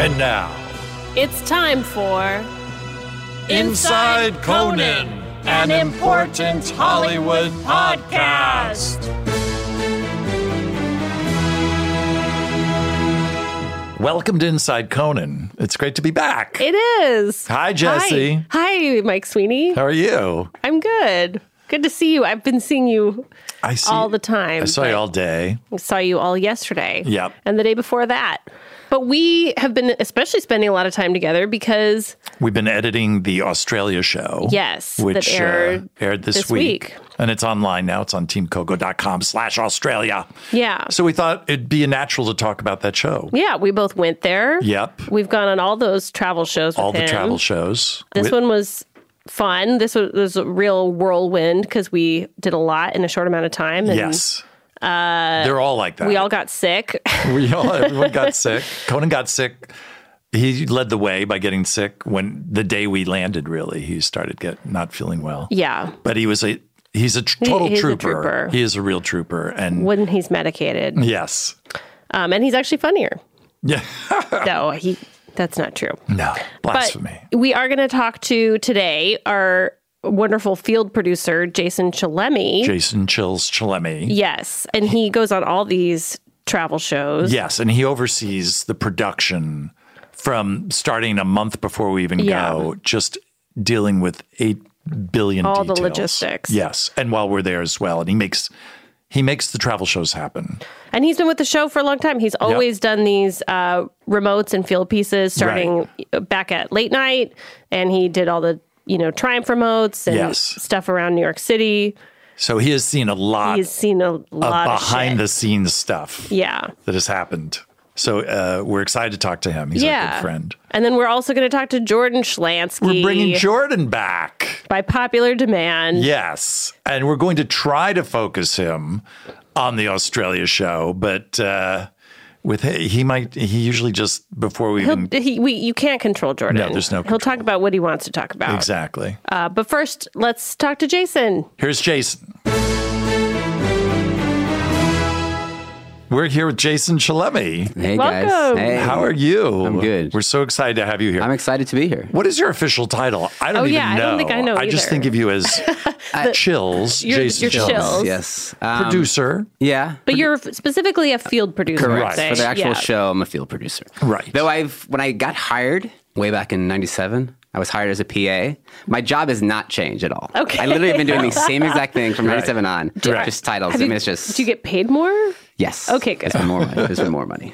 And now, It's time for Inside Conan, an important Hollywood podcast. Welcome to Inside Conan. It's great to be back. It is. Hi, Jesse. Hi, Hi, Mike Sweeney. How are you? I'm good. Good to see you. I've been seeing you. I see All the time, I saw you all day. I saw you all yesterday. Yep. And the day before that. But we have been especially spending a lot of time together because We've been editing the Australia show. Yes, that Which uh, aired aired this, this week. week. And it's online now. It's on teamcoco.com slash Australia. yeah. So we thought it'd be natural to talk about that show. yeah, we both went there. Yep. We've gone on all those travel shows with All the him. travel shows. This With- one was fun. This was, was a real whirlwind because we did a lot in a short amount of time. And Yes. They're all like that. Uh, We all got sick. We all- everyone got sick. Conan got sick. He led the way by getting sick when the day we landed. Really, he started get not feeling well. yeah. But he was a he's a tr- total he's a trooper. trooper. He is a real trooper. And When he's Mm. medicated. yes, Um, and he's actually funnier. yeah, No, he that's not true. no But blasphemy. we are going to talk to today our wonderful field producer Jason Chalemi. Jason Chills Chalemi. yes, and he goes on all these travel shows. Yes, and he oversees the production from starting a month before we even Yeah. go, just dealing with eight billion All the details. logistics. Yes, and while we're there as well, and he makes he makes the travel shows happen. And he's been with the show for a long time. He's always done these uh, remotes and field pieces starting back at late night and he did all the, you know, Triumph remotes and Yes. stuff around New York City. So he has seen a lot He's seen a of lot Uh, behind of shit. the scenes stuff Yeah. that has happened. So uh, we're excited to talk to him. He's our Yeah. good friend. And then we're also going to talk to Jordan Schlansky. We're bringing Jordan back. by popular demand. Yes. And we're going to try to focus him on the Australia show, but uh, with he might he usually just before we even He'll, he, we, you can't control Jordan. No, there's no He'll talk about what he wants to talk about. exactly. Uh, but first, let's talk to Jason. Here's Jason. We're here with Jason Chalemi. Hey Welcome. guys. Hey. How are you? I'm good. We're so excited to have you here. I'm excited to be here. what is your official title? I don't Oh, even yeah, I know. don't think I know just either. think of you as Chills, you're- Jason you're Chills, Chills. Yes. Um, producer. Yeah. But you're f- specifically a field producer. I'd Correct. say. For the actual Yeah. show, I'm a field producer. Right. Though I've when I got hired way back in '97, I was hired as a PA. My job has not changed at all. Okay. I literally have been doing the same exact thing from '97 on. Right. Just titles. Have I you- mean, it's just Do you get paid more? yes. Okay, good. There's been more money. There's been more money.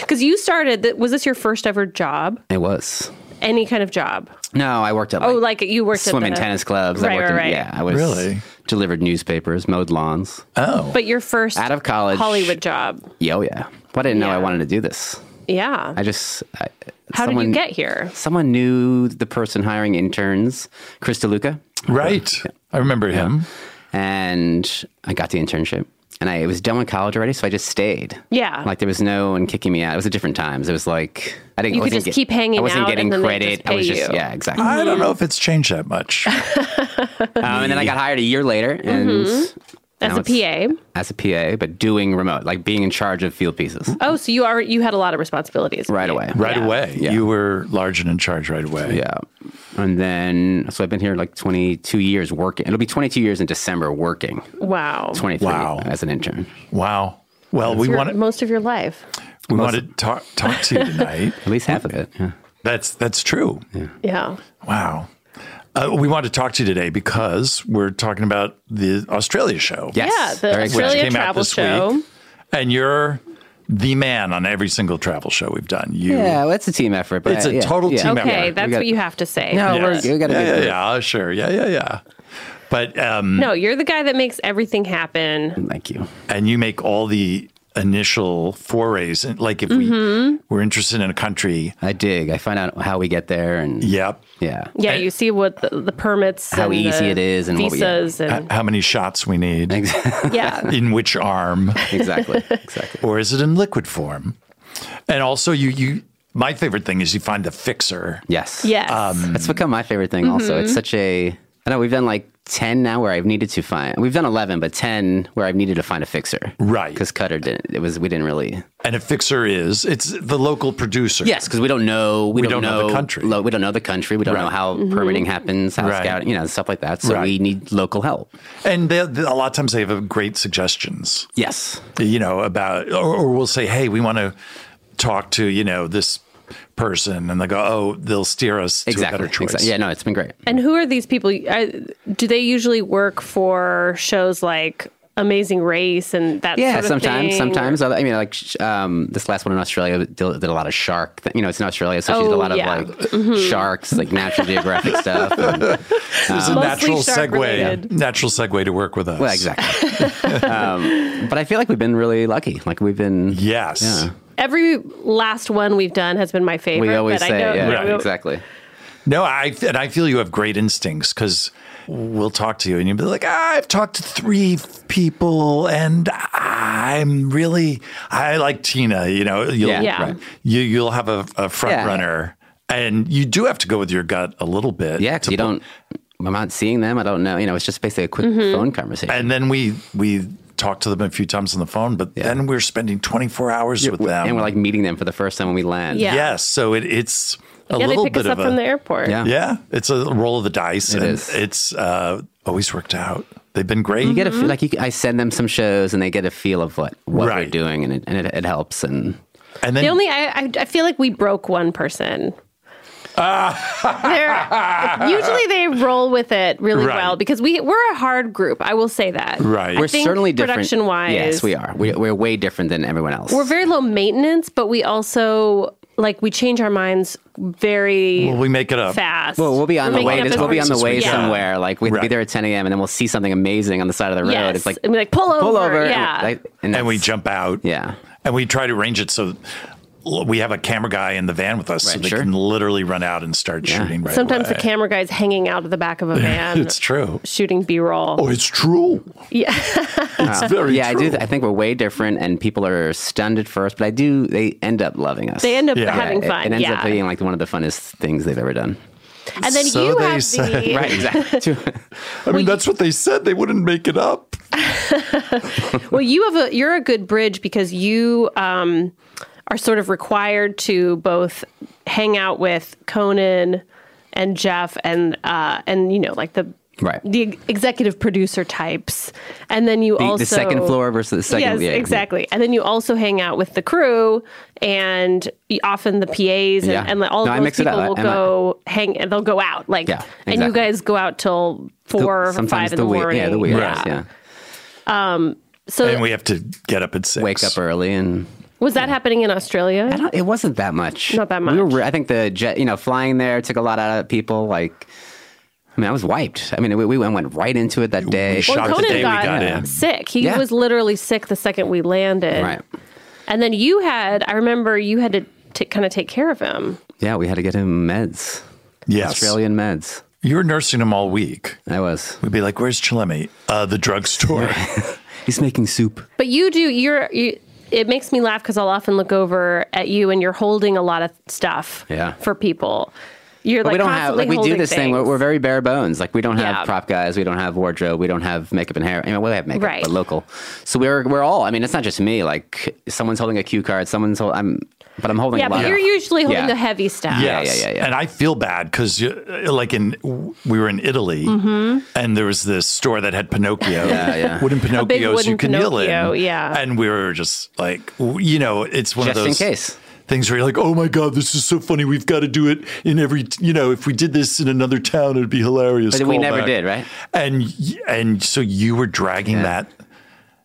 Because you started. Th- was this your first ever job? It was. Any kind of job? No, I worked at like, Oh, like you worked swimming at the, tennis clubs. Right, I worked right, right. in, yeah. I was Really? delivered newspapers, mowed lawns. Oh, Um, But your first Out of college. Hollywood job. Yeah, oh yeah. Well, I didn't know Yeah. I wanted to do this. Yeah. I just. I, How did you someone- get here? Someone knew the person hiring interns, Chris DeLuca, right. I remember him. and I got the internship. And I was done with college already, so I just stayed. Yeah. like there was no one kicking me out. It was at different times. It was like I didn't. You could wasn't just keep hanging I wasn't out getting and then they credit. just I was pay just you. yeah, exactly. I Mm-hmm. don't know if it's changed that much. Um, and then I got hired a year later, and Mm-hmm. As now a it's- PA. as a PA, but doing remote, like being in charge of field pieces Oh, so you are you had a lot of responsibilities. right away. right Yeah. away. Yeah. You were large and in charge right away. Yeah. And then, so I've been here like 22 years working. It'll be 22 years in December working, Wow. 23 Wow. as an intern. Wow. Well, we Your- want to most of your life. we want to talk talk to you tonight. At least half of it. Yeah. that's that's true. Yeah. Wow. Uh, we want to talk to you today because we're talking about the Australia show. Yes. Yeah, the very exciting. Which Australia came out travel this show. week. And you're the man on every single travel show we've done. You Yeah, well, it's a team effort. But It's a yeah, total yeah. team effort. Okay, Yeah, that's we got- what you have to say. No, Yes. we're, we got to yeah, be yeah, good. yeah, sure. Yeah, yeah, yeah. But um No, you're the guy that makes everything happen. Thank you. and you make all the initial forays and like if Mm-hmm. we we're interested in a country, I dig. I find out how we get there and yep. yeah. Yeah, And- you see what the, the permits, How and easy the it is and what we get. visas, and How many shots we need? yeah, in which arm exactly. Exactly. or is it in liquid form and also you you my favorite thing is you find the fixer Yes. yes, That's become my favorite thing. Also, it's such a. I know we've done like 10 now where I've needed to find. We've done 11, but 10 where I've needed to find a fixer. Right. Because Cutter didn't. It was we didn't really. And a fixer is it's the local producer. Yes, because we don't know. We, don't know the country. lo- we don't know the country. We don't Right. know how permitting happens, how Right. scouting, you know, stuff like that. So Right. we need local help. And they, they- a lot of times they have great suggestions, Yes. you know, about, or, or we'll say, hey, we want to talk to, you know, this person. And they go, oh, they'll steer us Exactly. to a better choice. Exactly. Yeah. No, it's been great. And who are these people? Are, do they usually work for shows like Amazing Race and that? Yeah, sort of sometimes, thing? sometimes. Other- I mean, like sh- um, this last one in Australia did, did a lot of shark. Th- you know, it's in Australia, so she did a Oh, lot of yeah. like sharks, like National Geographic stuff. and- It's a Mostly natural shark segue, related. Uh, natural segue to work with us. well, exactly. um, but I feel like we've been really lucky. Like we've been. Yes. Every last one we've done has been my favorite. We always but say, I know, yeah, Right. know- exactly. No, I and I feel you have great instincts because we'll talk to you and you'll be like, I've talked to three people and I'm really I like Tina. You know, you'll Yeah, Yeah. right. you you'll have a, a front Yeah. runner. And you do have to go with your gut a little bit. Yeah, 'cause to you pull- don't. I'm not seeing them. I don't know. You know, it's just basically a quick Mm-hmm. phone conversation. And then we we talked to them a few times on the phone, but then we're spending 24 hours with them. and we're like meeting them for the first time when we land. Yeah. yes. So it, it's a yeah, they little pick bit us up of a from the airport. Yeah. Yeah, it's a roll of the dice, and is. it's uh, always worked out. They've been great. You get Mm-hmm. a, f- like you, I send them some shows and they get a feel of what, what we're Right. doing and, it, and it, it helps. And and then The only I, I I feel like we broke one person. Ah. They're- usually they roll with it really Right. well because we we're a hard group. I will say that. Right. I We're think certainly different. Production wise, Yes, we are. We, we're way different than everyone else. We're very low maintenance, but we also like we change our minds very well, we make it up. fast. Well, we'll be on We're making the way. up To, as we'll be hard on the as we way can. somewhere. Like we'd be Right. there at 10 a.m. and then we'll see something amazing on the side of the road. Yes. It's like and be like pull over. pull over. Yeah. like- and, And we that's- jump out. Yeah. And we try to arrange it so l- we have a camera guy in the van with us so Right, they sure. can literally run out and start shooting right Sometimes the away. camera guy's hanging out of the back of a van, It's true. shooting B roll. Oh, it's true. Yeah. It's very Yeah, I true. do. I think we're way different, and people are stunned at first, but I do. They end up loving us. They end up Yeah. having it, fun. It ends yeah. up being like one of the funnest things they've ever done. and then So you they have say. the Right. Exactly. I mean, that's what they said. They wouldn't make it up. well you have a you're a good bridge because you um, are sort of required to both hang out with conan and jeff and uh, and you know like the Right. the executive producer types and then you the, also the second floor versus the second. yes, yeah, exactly. And then you also hang out with the crew and y- often the PAs and, Yeah. and all No, I of those mix it up. people I- will I'm a- go hang and they'll go out like Yeah, and you exactly. guys go out till four or Sometimes five in the the weird- morning. Yeah, the weird. Right. Yeah. So And we have to get up at six. Wake up early and was that happening in Australia? I don't, it wasn't that much. Not that We were, much. re- I think the jet, you know, flying there took a lot out of people. Like, I mean, I was wiped. I mean, we, we went right into it that day. shot Shocked the day Conan we got, got in. sick. He Yeah. was literally sick the second we landed. Right. And then you had, I remember you had to t- kind of take care of him. Yeah, we had to get him meds, Yes. Australian meds. You were nursing him all week. I was. We'd be like, where's Chalemi? Uh, the drugstore. He's making soup. But you do, you're, you, it makes me laugh because I'll often look over at you and you're holding a lot of stuff Yeah. for people. You're But like, we don't have constantly like we do holding this thing. things. We're, we're very bare bones. Like we don't have Yeah. prop guys. We don't have wardrobe. We don't have makeup and hair. I mean, we have makeup, Right. but local. So we're we're all. I mean, it's not just me. Like someone's holding a cue card. Someone's holding. I'm. But I'm holding. yeah, a lot but of- you're usually holding Yeah. the heavy stuff. Yes. yeah, yeah, yeah. And I feel bad because, like, in we were in Italy, and there was this store that had Pinocchio, Mm-hmm. Yeah, yeah. wooden big Pinocchios wooden you can kneel Pinocchio, in. yeah. And we were just like, w- you know, it's one of Just in those case. things where you're like, oh my god, this is so funny. We've got to do it in every, t- you know, if we did this in another town, it'd be hilarious. But we Call never back. did, right? And y- and so you were dragging that.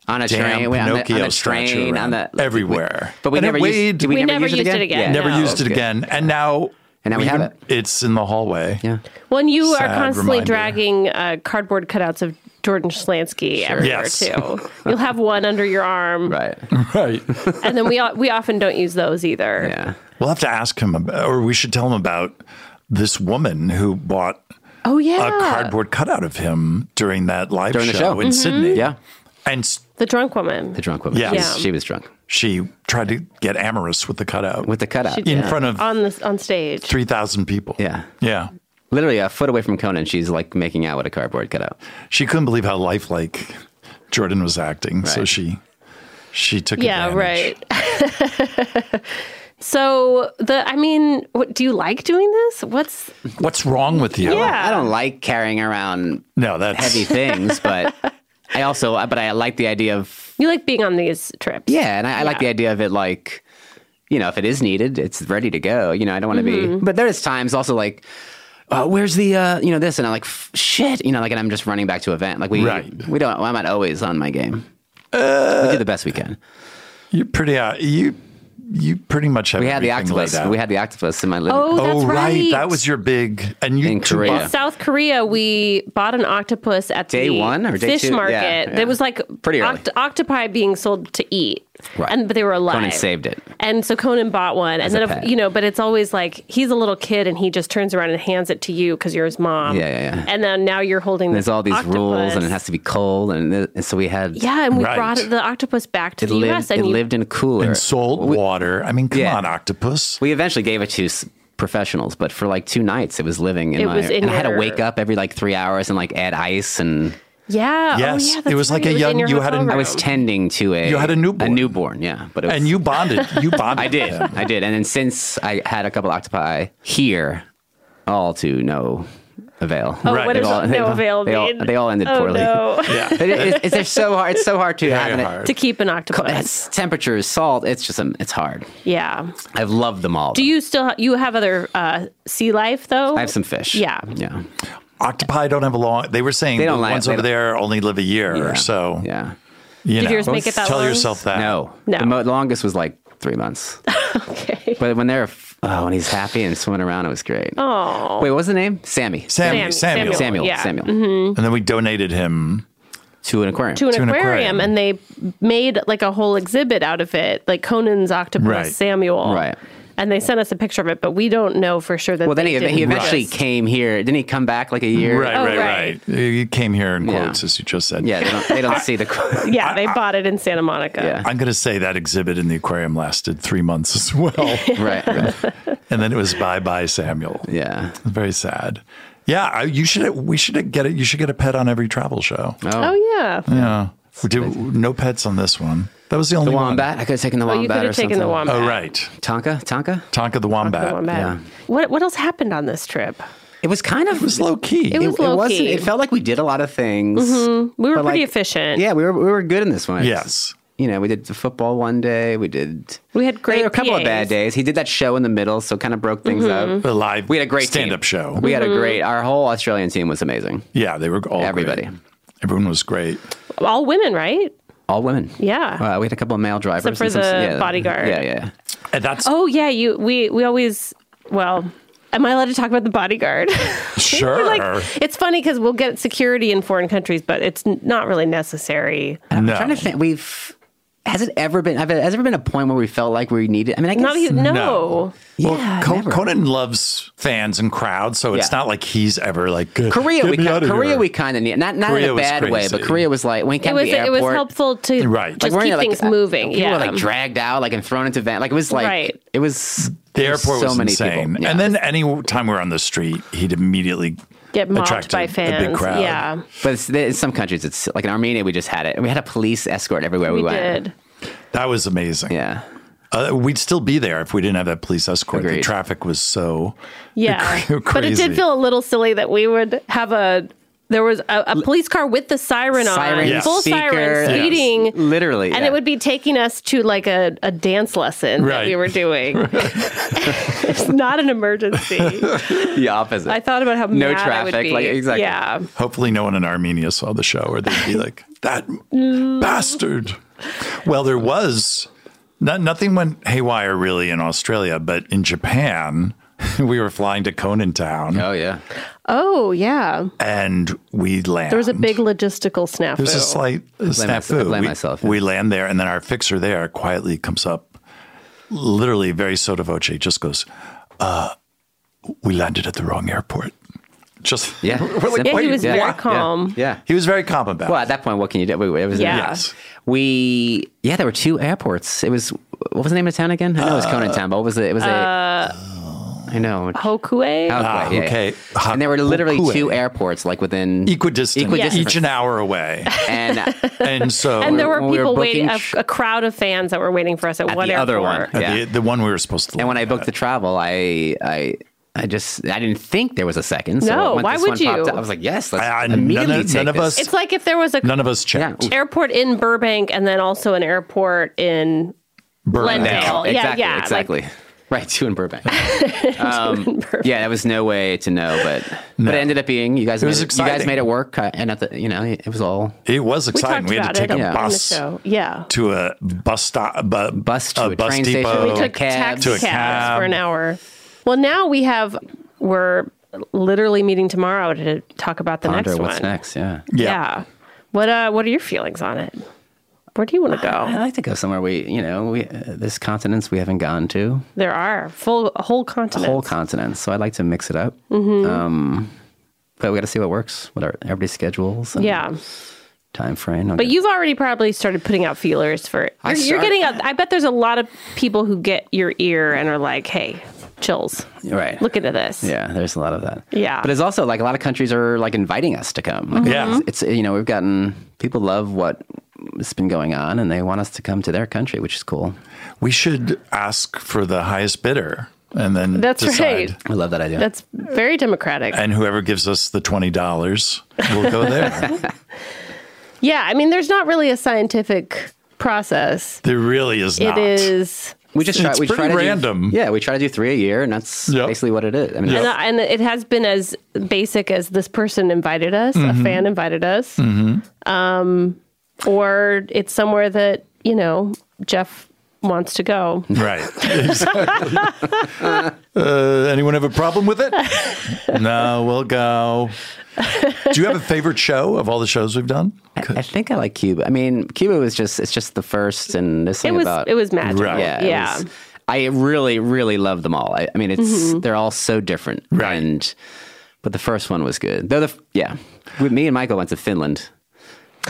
on a Damn train, we- on the- on Pinocchio the statue train, around on the everywhere. But we And it never weighed- used. Did we, We never, used it again. Yeah, Never no. used it Good. again, and now And now we have even- it. It's in the hallway. Yeah. When you are Sad constantly reminder. dragging uh, cardboard cutouts of Jordan Schlansky everywhere Yes. too, you'll have one under your arm, Right. Right. and then we o- we often don't use those either. Yeah. We'll have to ask him, about, or we should tell him about this woman who bought Oh a yeah, Mm-hmm. cardboard cutout of him during that live During show, the show. in Mhm. Sydney. Yeah. And s- the drunk woman. The drunk woman. Yeah. She was- Yeah. She was drunk she tried to get amorous with the cutout with the cutout. She in did. front of on the on stage. 3,000 people. Yeah. Yeah. literally a foot away from Conan, she's like making out with a cardboard cutout. She couldn't believe how lifelike Jordan was acting, so Right. she she took Yeah, advantage. right. so the I mean, what, do you like doing this? What's What's wrong with you? Yeah. I don't like carrying around No, that's heavy things, but I also, but I like the idea of you like being on these trips? yeah, and I, I like Yeah. the idea of it like you know if it is needed, it's ready to go. You know, I don't want to Mm-hmm. be, but there is times also like. Uh, where's the uh, you know this and I'm like "F- shit you know like and I'm just running back to event like we Right. we don't I'm not always on my game we do the best we can You're pretty out. You you pretty much have we had the everything laid octopus out. we had the octopus in my living Oh, that's oh right. right. that was your big and you In Korea. In South Korea, we bought an octopus at Day the one or day fish two? Yeah, market. yeah. There was like Pretty early. octopi being sold to eat, Right. and but they were alive. Conan saved it. and so Conan bought one, and a then pet. if, you know, but it's always like he's a little kid, and he just turns around and hands it to you because you're his mom. Yeah, yeah, yeah. And then now you're holding. there's this all these rules and octopus. it has to be cold and, th- and so we had Yeah, and we Right. brought the octopus back to it the lived U.S. it and you- lived in a cooler salt water. I mean, come Yeah. on, octopus. We eventually gave it to s- professionals, but for like two nights, it was living in It my. was in and I had to your- wake up every like three hours and like add ice, and Yes, yeah, oh, yeah, it that's was like right, a in young- your you had hotel an- I I room. was tending to a. You had a newborn. A newborn, yeah, but it was, And you bonded. You bonded. I did, with him. I did, and then since I had a couple octopi here, all to no avail. Oh, Right, what they've does all- they've no all- avail they all- mean? they all ended oh, poorly. No. Yeah. But it, it's, it's they're so hard. It's so hard to have Very an- hard. to keep an octopus. It's temperature, salt. It's just um, it's hard. Yeah. I've loved them all. Do you still ha- you have other uh, sea life though? I have some fish. Yeah. yeah. Octopi don't have a long. They were saying They the don't like- ones they over don't- there only live a year Yeah. or so. Yeah. You Did know, yours make it that tell long? yourself that. No, No. The mo- longest was like three months. Okay. But when they're f- oh, when he's happy and swimming around, it was great. Oh. Wait, what was the name? Sammy. Samuel, Sam- Samuel. Samuel. Samuel. Yeah. Mm-hmm. Samuel. And then we donated him. To an aquarium. To an, To an aquarium, aquarium. and they made like a whole exhibit out of it, like Conan's octopus Right. Samuel. Right. And they sent us a picture of it, but we don't know for sure that well, then they he, didn't he eventually exist. came here. Didn't he come back like a year? Right, Oh, right, right. right, You came here in Yeah. quotes, as you just said. Yeah. They don't, they don't see the. qu- Yeah, they bought it in Santa Monica. Yeah. I'm going to say that exhibit in the aquarium lasted three months as well. right. Right. and then it was bye bye, Samuel. Yeah. Very sad. Yeah, I, you should. We should get it. You should get a pet on every travel show. Oh yeah. Yeah, we did no pets on this one. That was the only The one. wombat. I could have taken the Oh, wombat. you could or have taken the something. wombat. Oh right, Tonka. Tonka. Tonka the wombat. The wombat. Yeah. What what else happened on this trip? It was kind of. It was low key. It was low-key. wasn't- It felt like we did a lot of things. We were But, pretty like, efficient. Yeah, we were we were good in this one. Yes. You know, we did the football one day. We did. We had There great were a couple of PAs. bad days. He did that show in the middle, so kind of broke things up. Mm-hmm. a live. We had a great team. stand-up show. We had a great. Our whole Australian team was amazing. yeah, they were all great. Everybody. Everyone was great. All women, right? All women. Yeah. Uh, we had a couple of male drivers. Except for and some- the bodyguard. Yeah, yeah. And that's Oh yeah, you we we always well. Am I allowed to talk about the bodyguard? sure. like it's funny because we'll get security in foreign countries, but it's n- not really necessary. I'm no. trying to think. We've. Has it ever been? Have it, has there ever been a point where we felt like we needed? I mean, I guess Not even no. No. Well, Yeah, Co- never. Conan loves fans and crowds, so it's Yeah. not like he's ever like "Get- Korea. get me we kind, outta Korea here." we kind of need not not Korea in a was bad way, but crazy. Korea was like when we It came was to the it was airport. helpful to Right. Like, just weren't keep you, like, things uh, moving. People yeah, were like dragged out, like and thrown into van. Like it was like Right. it was The there were airport so was many insane. people. Yeah. And then any time we were on the street, he'd immediately get mobbed attract by a- a fans. big crowd. Yeah, but it's, in some countries, it's like in Armenia, we just had it. We had a police escort everywhere we, we went. did. That was amazing. Yeah, Uh, we'd still be there if we didn't have that police escort. The Agreed. traffic was so Yeah, cra- but it crazy. did feel a little silly that we would have a. There was a, a police car with the siren, Siren, on, Yes. full speaker, siren, Yes. speeding, literally, and yeah. it would be taking us to like a, a dance lesson that Right. we were doing. it's not an emergency. the opposite. I thought about how No mad I would traffic, be. like, exactly. Yeah, Hopefully, no one in Armenia saw the show, or they'd be like, "That bastard." Well, there was no, nothing went haywire really in Australia, but in Japan, we were flying to Conan Town, oh yeah, Oh yeah, and we land. there was a big logistical snafu. There's a slight snafu. myself- I blame we, myself, yeah. we land there, and then our fixer there quietly comes up, literally very sotto voce, just goes, uh, "We landed at the wrong airport." Just yeah. We're like, Simple. Yeah, he "Wait, was what?" very calm. Yeah. He was very calm about. Well, it. at that point, what can you do? We, it was Yeah. Yes. We yeah, there Uh, were uh, two airports. It was what was the name of the town again? I know it was Conan Town, but what was it? It was a I know. Hokue. Ah, Okay, yeah, okay. yeah. And there were literally Hokue. two airports, like within Equidistant, Equidistant. each an hour away. and And so and there were when we were people waiting, booking a, sh- a crowd of fans that were waiting for us at, At one the other airport. one. Uh, Yeah. the, the one we were supposed to. and when I land booked the travel, I I I just I didn't think there was a second. So No, once why this would one popped you? up, I was like, yes, let's I- I- immediately none of- take none of this. us- It's like if there was a at. none of us checked. Yeah. airport in Burbank and then also an airport in Burbank. Glendale. exactly, Yeah, yeah, like- exactly. right, two in Burbank. Um, Yeah, there was no way to know, but but it ended up being you was guys. made it, you guys exciting. made it work, uh, and at the you know it was all It was We exciting. talked We, had about to take it a on bus the show. Yeah. to a bus stop, bu- bus to a, bus train depot. station. We We took cabs. taxi To a cabs cab. for an hour. Well, now we have we're literally meeting tomorrow to talk about the Ponder next what's one. next. Yeah. Yeah. What uh what are your feelings on it? Where do you want to I Oh. go? like to go somewhere we, you know, we uh, this continents we haven't gone to, There are full whole continent. whole continents. So I'd like to mix it up. Mm-hmm. Um, but we got to see what works, what our everybody's schedules, and yeah. time frame. But you've already probably started putting out feelers for it. I You're, you're start- getting a, I bet there's a lot of people who get your ear and are like, "Hey, chills. right. Look into this." Yeah, there's a lot of that. Yeah. but it's also like a lot of countries are like inviting us to come. Like, Yeah. it's- it's, you know we've gotten people love what has been going on, and they want us to come to their country, which is cool. We should ask for the highest bidder and then That's decide. right. I love that idea. That's very democratic. And whoever gives us the twenty dollars, we'll go there. Yeah, I mean, there's not really a scientific process. there really is It not. is, we just try, it's we try pretty to do- random. yeah, we try to do three a year, and that's Yep. basically what it is. I mean, and, that's- and it has been as basic as this person invited us, Mm-hmm. a fan invited us, um, or it's somewhere that you know Jeff wants to go. Right. Exactly. uh, anyone have a problem with it? No, we'll go. Do you have a favorite show of all the shows we've done? I think I like Cuba. I mean, Cuba was just it's just the first, and this It thing was about it was magic. Right. yeah, it Oh, yeah. was- I really, really love them all. I, I mean, it's Mm-hmm. they're all so different, Right. And but the first one was good. Though the f- yeah, with me and Michael went to Finland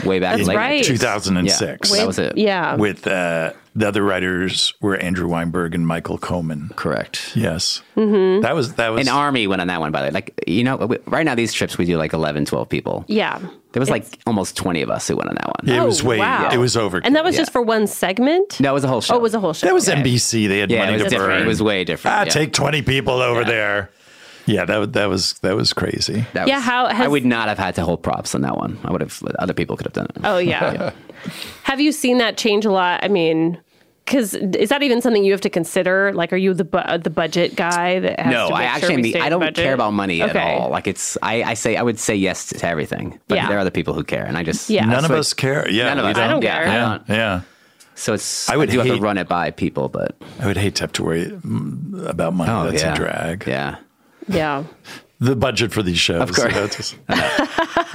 way back. That's in late right. 90s. 2006. Yeah, that was it. Yeah. With uh, the other writers were Andrew Weinberg and Michael Coman. correct. Yes, mm-hmm. that was that was An army went on that one, by the way. Like you know, we, right now these trips we do like 11, 12 people. yeah. There was like almost twenty of us who went on that one. it was Oh, way wow. it was over. And that was just for one segment? No, it was a whole show. Oh, it was a whole show. that was NBC. They had yeah, it money was to different. burn. It was way different. ah, yeah. take twenty people over there. Yeah, that wa- that was that was crazy. That Yeah, was- how I has- would not have had to hold props on that one. I would have. Other people could have done it. Oh, yeah. Have you seen that change a lot? I mean, because is that even something you have to consider? Like, are you the bu- uh, the budget guy that has no, to make I sure actually we am the, stay I in don't budget? care about money Okay. at all. Like it's I, I say I would say yes to everything, but Yeah. there are other people who care, and I just Yeah. None of so us care. Yeah, none of we us. I don't yeah, care. I Yeah, don't. yeah. So it's I I would would do have hate- to run it by people, but I would hate to have to worry mm, about money. That's Oh, yeah. a drag. Yeah, Yeah. The budget for these shows. Of course.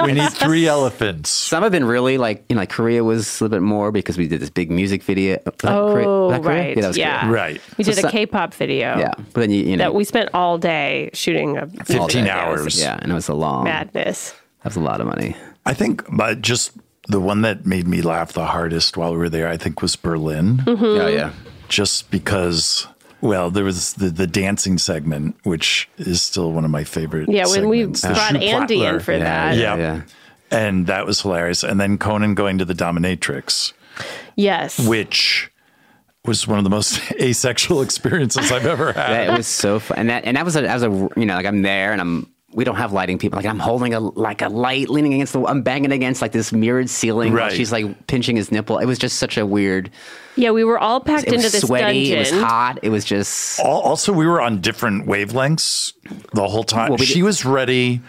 we need three elephants. some have been really like you know like Korea was a little bit more because we did this big music video. was that Korea- Oh, was that Korea? right. Yeah, that was Yeah. Korea. Right. We did so- a K-pop video. yeah. But then you, you know That we spent all day shooting a 15 videos. hours. yeah, and it was a long. Madness. That was a lot of money. I think, but just the one that made me laugh the hardest while we were there, I think, was Berlin. Hmm. Oh yeah. Just because, well, there was the, the dancing segment, which is still one of my favorite. Yeah, when we segments, the brought Andy in Schuhplattler. for Yeah, that. Yeah. yeah. And that was hilarious. And then Conan going to the dominatrix. Yes. which was one of the most asexual experiences I've ever had. that, it was so fun, and that and that was a, that was a you know like I'm there and I'm we don't have lighting people like I'm holding a like a light leaning against the I'm banging against like this mirrored ceiling while Right. she's like pinching his nipple. It was just such a weird. yeah, we were all packed It into was this sweaty. dungeon. It was hot. It was just Al- Also, we were on different wavelengths the whole time. Well, we she did- was ready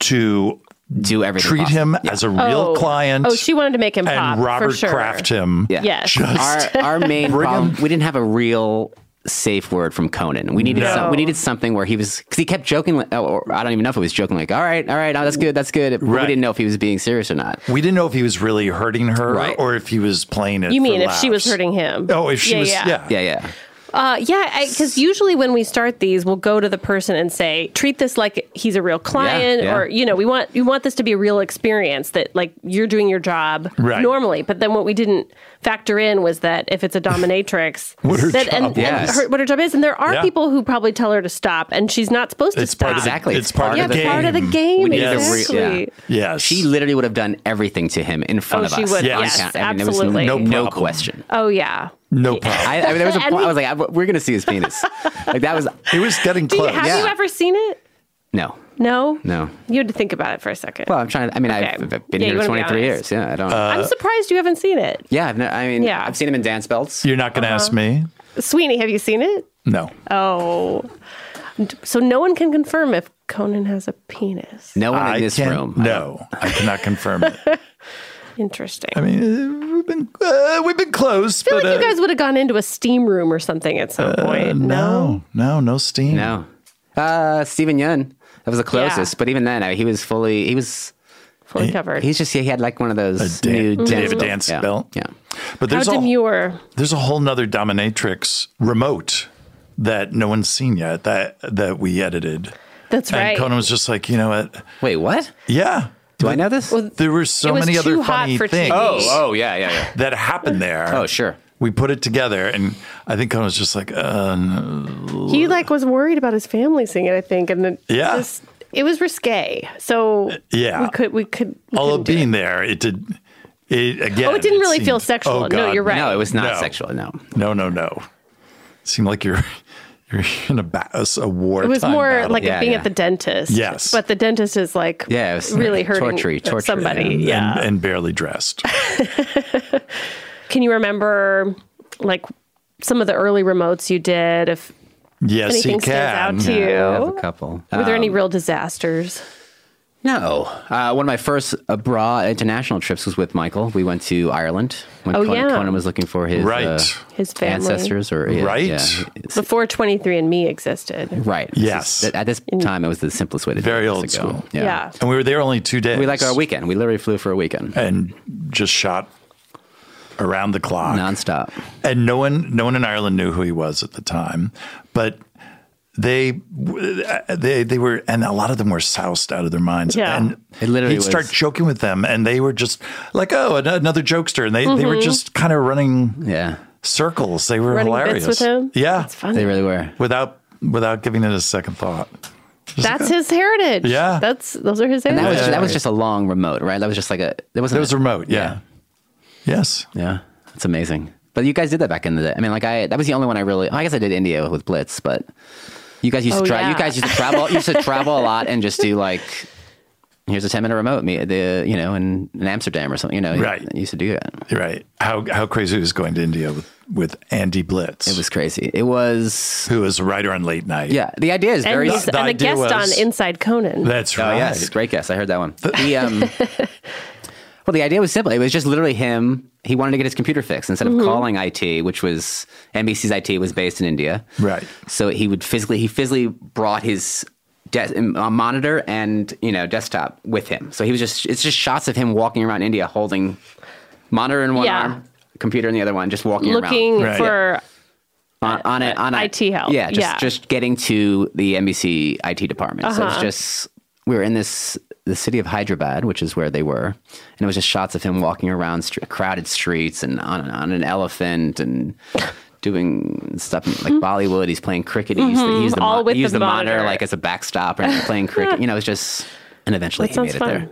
to do everything. treat possible. him as a real Oh. client. Oh, she wanted to make him pop and for Robert sure. craft him. Yeah. Yes. Just Our our main problem. We didn't have a real safe word from Conan. We needed No. some, we needed something where he was because he kept joking. Like, oh, or I don't even know if he was joking. Like all right, all right, oh, that's good, that's good. But Right. we didn't know if he was being serious or not. we didn't know if he was really hurting her Right. or if he was playing it. You for mean if she was laughs. hurting him? Oh, if she Yeah, was, yeah. yeah. Yeah, yeah. Uh, yeah, because usually when we start these, we'll go to the person and say, "Treat this like he's a real client," yeah. or you know, we want we want this to be a real experience that like you're doing your job Right. normally. But then what we didn't factor in was that if it's a dominatrix, What her that, job and, and was. her, what her job is, and there are Yeah. people who probably tell her to stop, and she's not supposed It's to stop. part of the, Exactly. It's part Yeah, of the it's game. part of the game. We need to re- exactly. yeah. Yes. She literally would have done everything to him in front Oh, of she us. would. on Yes, count. I mean, there was absolutely. no, No problem. question. Oh yeah. no problem. I, I mean, there was a And point I we- was like, I, we're going to see his penis. like that was it was getting Do you, close. have Yeah. you ever seen it? no, No. no. You had to think about it for a second. Well, I'm trying to. I mean, I've, Okay. I've been Yeah, you here wanna be 23 honest. years. Yeah, I don't. Uh, I'm surprised you haven't seen it. yeah, I've never, I mean, yeah. I've seen him in dance belts. You're not going to ask me? Sweeney, have you seen it? No. Oh. So no one can confirm if Conan has a penis. no one I in this can, room. No, I cannot confirm it. Interesting. I I mean, uh, we've been uh, we've been close, feel but like you uh, guys would have gone into a steam room or something at some point. No. no, no, no steam. No. Uh, Stephen Yun. That was the closest. Yeah. But even then, I, he was fully. He was. Fully covered. He's just. He had like one of those A dan- new did he dance have a belts. dance yeah. belt? Yeah. but How there's a demure. there's a whole nother dominatrix remote that no one's seen yet that that we edited. That's and right. Conan was just like, you know what? Wait, what? Yeah, Do I know this? there were so It was many other too hot funny for things TV. oh, oh, yeah, yeah, yeah. that happened there. Oh, sure. We put it together, and I think Conan was just like, uh, no. he like was worried about his family seeing it, I think, and then Yeah. just- it was risque. So yeah. we could we could. We although couldn't do being there, it did. It again. Oh, it didn't really feel seemed- sexual. Oh, No, God, you're right. No, it was not No. sexual. No. No, no, no. Seemed like you're you're in a, ba- a war. It was more like Yeah, being yeah. at the dentist. Yes. But the dentist is like Yeah, it was really torture, hurting torture, somebody. yeah. and, yeah. and, and barely dressed. Can you remember like some of the early remotes you did? If Yes, he anything can. stands out to you, I have a couple. Uh, were there any real disasters? No. Uh, one of my first abroad international trips was with Michael. We went to Ireland when Oh, Conan, yeah. Conan was looking for his Right. uh, His family. ancestors or yeah, Right. yeah. Before 23andMe existed. Right. Yes. This is- at this time, it was the simplest way to do Very it. old was to go. school. Yeah. Yeah. And we were there only two days. We like our weekend. We literally flew for a weekend and just shot around the clock. nonstop. and no one no one in Ireland knew who he was at the time, but they they they were and a lot of them were soused out of their minds Yeah. and It literally he'd start was- joking joking with them and they were just like oh an- another jokester and they, they were just kind of running Yeah. circles they were Mm-hmm. Running hilarious bits with him. yeah That's funny. They really were. without without giving it a second thought That's his heritage. Yeah. That's those are his That heritage. was that was just a long remote, right? That was just like a there wasn't it was a- remote yeah, yes Yeah, that's amazing. But you guys did that back in the day. I mean, like I that was the only one I really. I guess I did India with Blitz, but you guys used Oh, to try. yeah. You guys used to travel. used to travel a lot and just do like. Here's a ten minute remote. Me, the you know in, in Amsterdam or something. You know, Right. You used to do that. you're right how how crazy was going to India with with Andy Blitz It was crazy. It was who was a writer on Late Night yeah. The idea is and very. he's, The and a idea guest on was- Inside Conan. that's Oh right yes, great guess. I heard that one. The, um, well, the idea was simple. It was just literally him. He wanted to get his computer fixed instead of Mm-hmm. calling IT, which was NBC's IT was based in India. Right. So he would physically he physically brought his de- um, a monitor and you know desktop with him. So he was just it's just shots of him walking around India holding monitor in one Yeah. arm, computer in the other one, just walking Looking Right. around for on, on it on a, IT Uh, help. Yeah, just Yeah. just getting to the NBC IT department. So it Uh-huh. was just we were in this the city of Hyderabad, which is where they were, and it was just shots of him walking around str- crowded streets and on and on an elephant and. Doing stuff in, like Bollywood, he's playing cricket. He used the, he used the, Mm-hmm. all mon- with he used the the monitor. monitor. like as a backstop and playing cricket. You know, it's just and eventually That he sounds made it fun.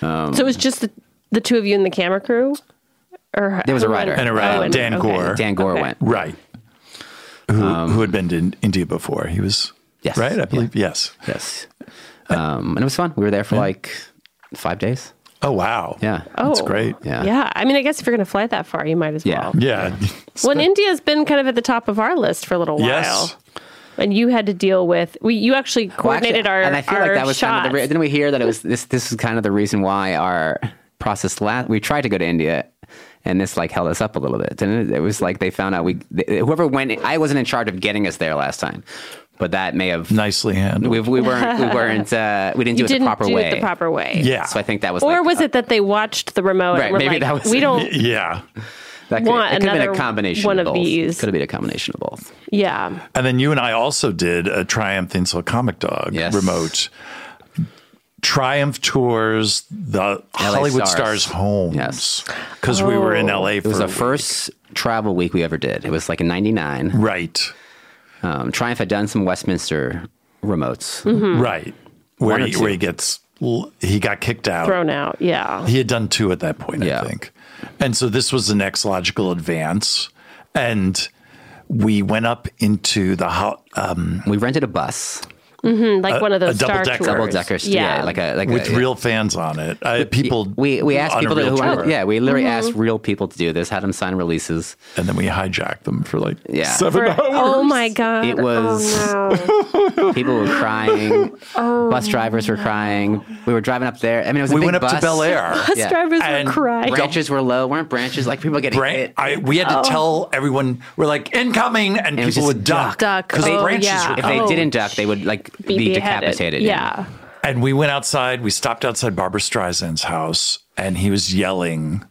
there. Um, So it was just the, the two of you and the camera crew? Or Oh, There was a writer. And a writer, Dan Gore. Dan Gore Okay. went. Right. Who, who had been to In- India before? He was. Yes. Right? I Yeah. believe. Yes. Yes, um, and it was fun. We were there for like five days. Oh, wow. Yeah. Oh, That's great. Yeah. Yeah. I mean, I guess if you're going to fly that far, you might as Yeah. well. Yeah. Well, and India's been kind of at the top of our list for a little while. Yes. And you had to deal with, we, you actually Well, actually, coordinated our, and I feel like our that was kind of the shots. re- didn't we hear that it was this this is kind of the reason why our process last we tried to go to India and this like held us up a little bit didn't it it was like they found out we th- whoever went I wasn't in charge of getting us there last time but that may have Nicely handled. we, we weren't we weren't uh, we didn't do you it the didn't proper do way it the proper way. Yeah. so I think that was Or like, was it that they watched the remote Right, and were like, maybe that was we it. don't, yeah. that That could, want it could have been a another combination one of, of both. these. Could have been a combination of both. Yeah. And then you and I also did a Triumph Insel Comic Dog Yes. remote. Triumph tours the Hollywood stars, Stars. homes. Yes. Because we were in Oh. LA It for was a the week. first travel week we ever did. It was like in '99. Right. Mm-hmm. Um, Triumph had done some Westminster remotes. Mm-hmm. Right. Where One or he, two. where he gets l- he got kicked out. Thrown out. Yeah. He had done two at that point, Yeah. I think. And so this was the next logical advance. And we went up into the uh, ho- We rented a bus, Like one of those double star decker. tours. Double double decker. Yeah. like a like with a, real fans on it. Uh, people We we asked on a people to, real who tour. aren't, yeah we literally Mm-hmm. asked real people to do this, had them sign releases. and then we hijacked them for like Yeah. seven For- hours. oh my god! It was- Oh, no. Oh, People were crying. bus drivers were crying. We were driving up there. I mean, it was a We big went up to bus. Bel Air. Yeah. Bus drivers And were crying. Branches were low, weren't branches? Like people getting Bran- hit. I, we had Oh. to tell everyone we're like incoming, and, was people just would duck duck. because Duck. Oh, branches yeah. were if they Oh. didn't duck, they would like be, beheaded. decapitated. Yeah. And we went outside. We stopped outside Barbara Streisand's house, and he was yelling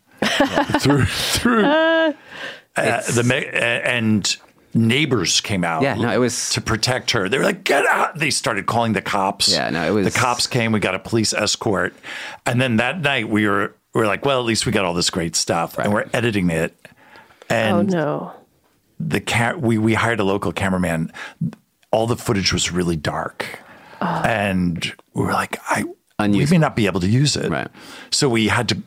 through through uh, the ma- a- and neighbors came out. Yeah, no, it was- to protect her. They were like, "Get out!" They started calling the cops. Yeah, no, it was- the cops came. We got a police escort, and then that night we were we were like, "Well, at least we got all this great stuff," and we're editing it. And Oh no. the cat we we hired a local cameraman all the footage was really dark Oh. and we were like i we Unusable. may not be able to use it Right. so we had to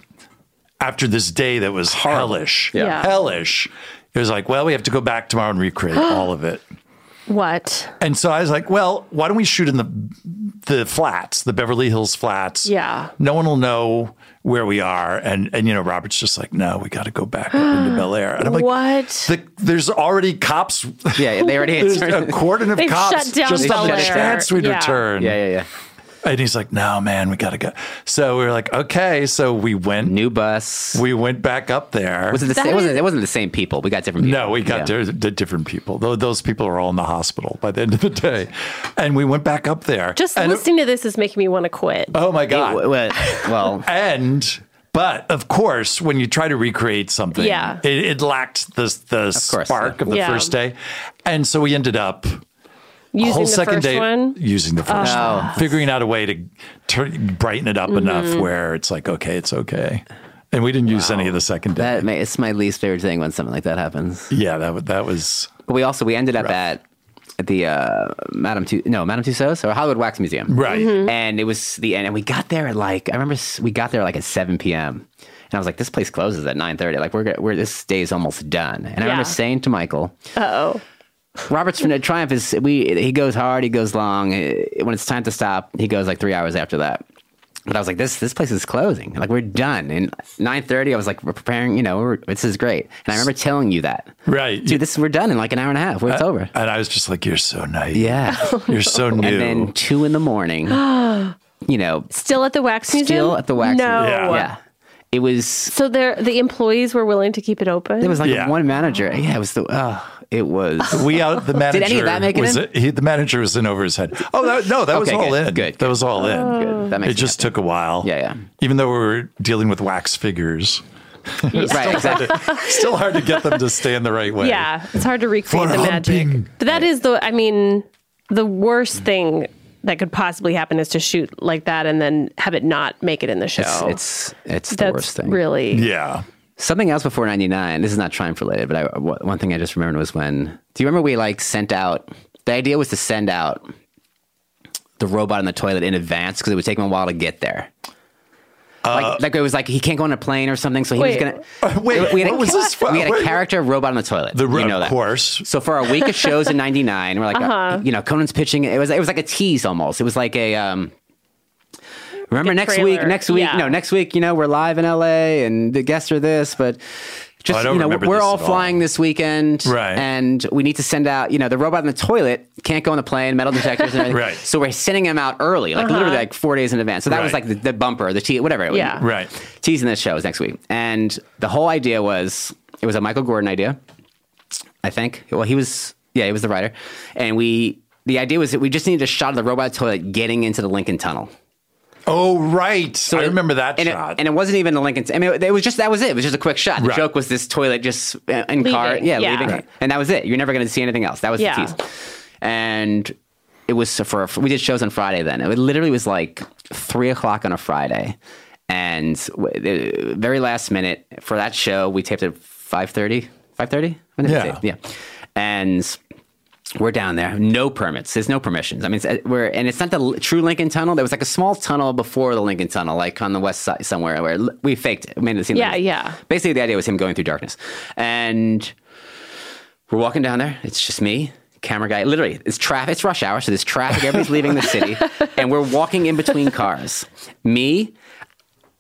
after this day that was hellish Yeah. Yeah. hellish it was like well we have to go back tomorrow and recreate all of it What? and so i was like well why don't we shoot in the the flats the beverly hills flats Yeah. no one will know where we are and and you know robert's just like no we got to go back up into bel air and i'm like what? the, there's already cops. Yeah, they already there's answered. a cordon of They've cops shut down just on Bel the Air. chance we'd Yeah. return. yeah, yeah, yeah. And he's like, "No, man, we gotta go." So we were like, "Okay." So we went. New bus. We went back up there. was it the That same? It wasn't, is- it wasn't the same people. We got different people. no, we got Yeah. there the different people. Though those people are all in the hospital by the end of the day, and we went back up there. Just and, listening to this is making me want to quit. Oh my It god! w- w- well, and but of course, when you try to recreate something, Yeah. it, it lacked the the course, spark yeah. of the Yeah. first day, and so we ended up Using whole the second first day one. using the first Oh. one, figuring out a way to turn, brighten it up Mm-hmm. enough where it's like okay, it's okay, and we didn't use any of the second day. that may, it's my least favorite thing when something like that happens. yeah, that wa- that was But we also we ended up at the uh, Madame Tu no Madame Tussauds or Hollywood Wax Museum. right. And it was the end, and we got there at like I remember s- we got there like at seven p.m. and I was like, this place closes at nine thirty. Like we're go- we're this day's almost done. And I Yeah. remember saying to Michael, Uh oh. Robert's from the Triumph is we he goes hard, he goes long. Eh, When it's time to stop, he goes like three hours after that. But I was like, this this place is closing. Like we're done. And nine thirty, I was like, we're preparing. You know, we're, this is great. And I remember telling you that, Right. Uh, dude, this we're done in like an hour and a half. It's over. And I was just like, "You're so naive. Yeah. You're so new." And then two in the morning, you know, Still at the wax museum. Still at the wax No. museum. yeah, it was So there, the employees were willing to keep it open. it was like Yeah. one manager. Yeah, it was the uh, it was. we out the manager. Did any of that make it was in? he, the manager was in over his head. Oh that, no, that was Okay, all good, in. good, Oh. That was all in. Good. That makes It me just happy. took a while. Yeah, yeah. Even though we were dealing with wax figures, right exactly. still hard to get them to stay in the right way. yeah, it's hard to recreate For the humping. magic. But that is the. I mean, the worst thing that could possibly happen is to shoot like that and then have it not make it in the show. It's it's, it's the That's worst thing. really Yeah. Something else before 99, this is not triumph related, but I, w- one thing I just remembered was when, do you remember we like sent out, the idea was to send out the robot in the toilet in advance because it would take him a while to get there. like, like it was like he can't go on a plane or something, so he Wait. was gonna. Uh, Wait, we had what a, was this for? We had a Wait. character robot on the toilet. The ro- you know of that. course. So for our week of shows in '99, we're like, Uh-huh. uh, you know, Conan's pitching. It was it was like a tease almost. It was like a. um Like Remember a next week, trailer. next week, Yeah. no, next week. You know, we're live in LA, and the guests are this, Oh, but I just don't you know, remember we're this all at all. flying this weekend, Right. And we need to send out, you know, the robot in the toilet can't go on the plane, metal detectors, and everything. Right. So we're sending him out early, like literally like four days in advance. So that was Right. like the, the bumper, the tea, whatever. it was. Yeah. Right. Teasing this show is next week, and the whole idea was it was a Michael Gordon idea. I think. Well, he was, yeah, he was the writer. And we, the idea was that we just needed a shot of the robot toilet getting into the Lincoln Tunnel. Oh, right. I it- remember that and shot. It, and it wasn't even the Lincoln. I mean, it was just that was it. It was just a quick shot. The Right. joke was this toilet just uh, in car, Leaving, yeah, yeah. leaving, Right. and that was it. You're never going to see anything else. That was Yeah. the tease. And it was for, for we did shows on Friday. Then it literally was like three o'clock on a Friday, and w- the very last minute for that show, we taped at five thirty. Five thirty. Yeah. yeah, and we're down there. No permits. There's no permissions. I mean, it's, uh, we're and it's not the l- true Lincoln Tunnel. There was like a small tunnel before the Lincoln Tunnel, like on the west side somewhere, where l- we faked it. Made it seem Yeah, like- yeah. Basically, the idea was him going through darkness, and we're walking down there. It's just me, camera guy. Literally, it's traffic. It's rush hour, so there's traffic. Everybody's leaving the city, and we're walking in between cars. Me,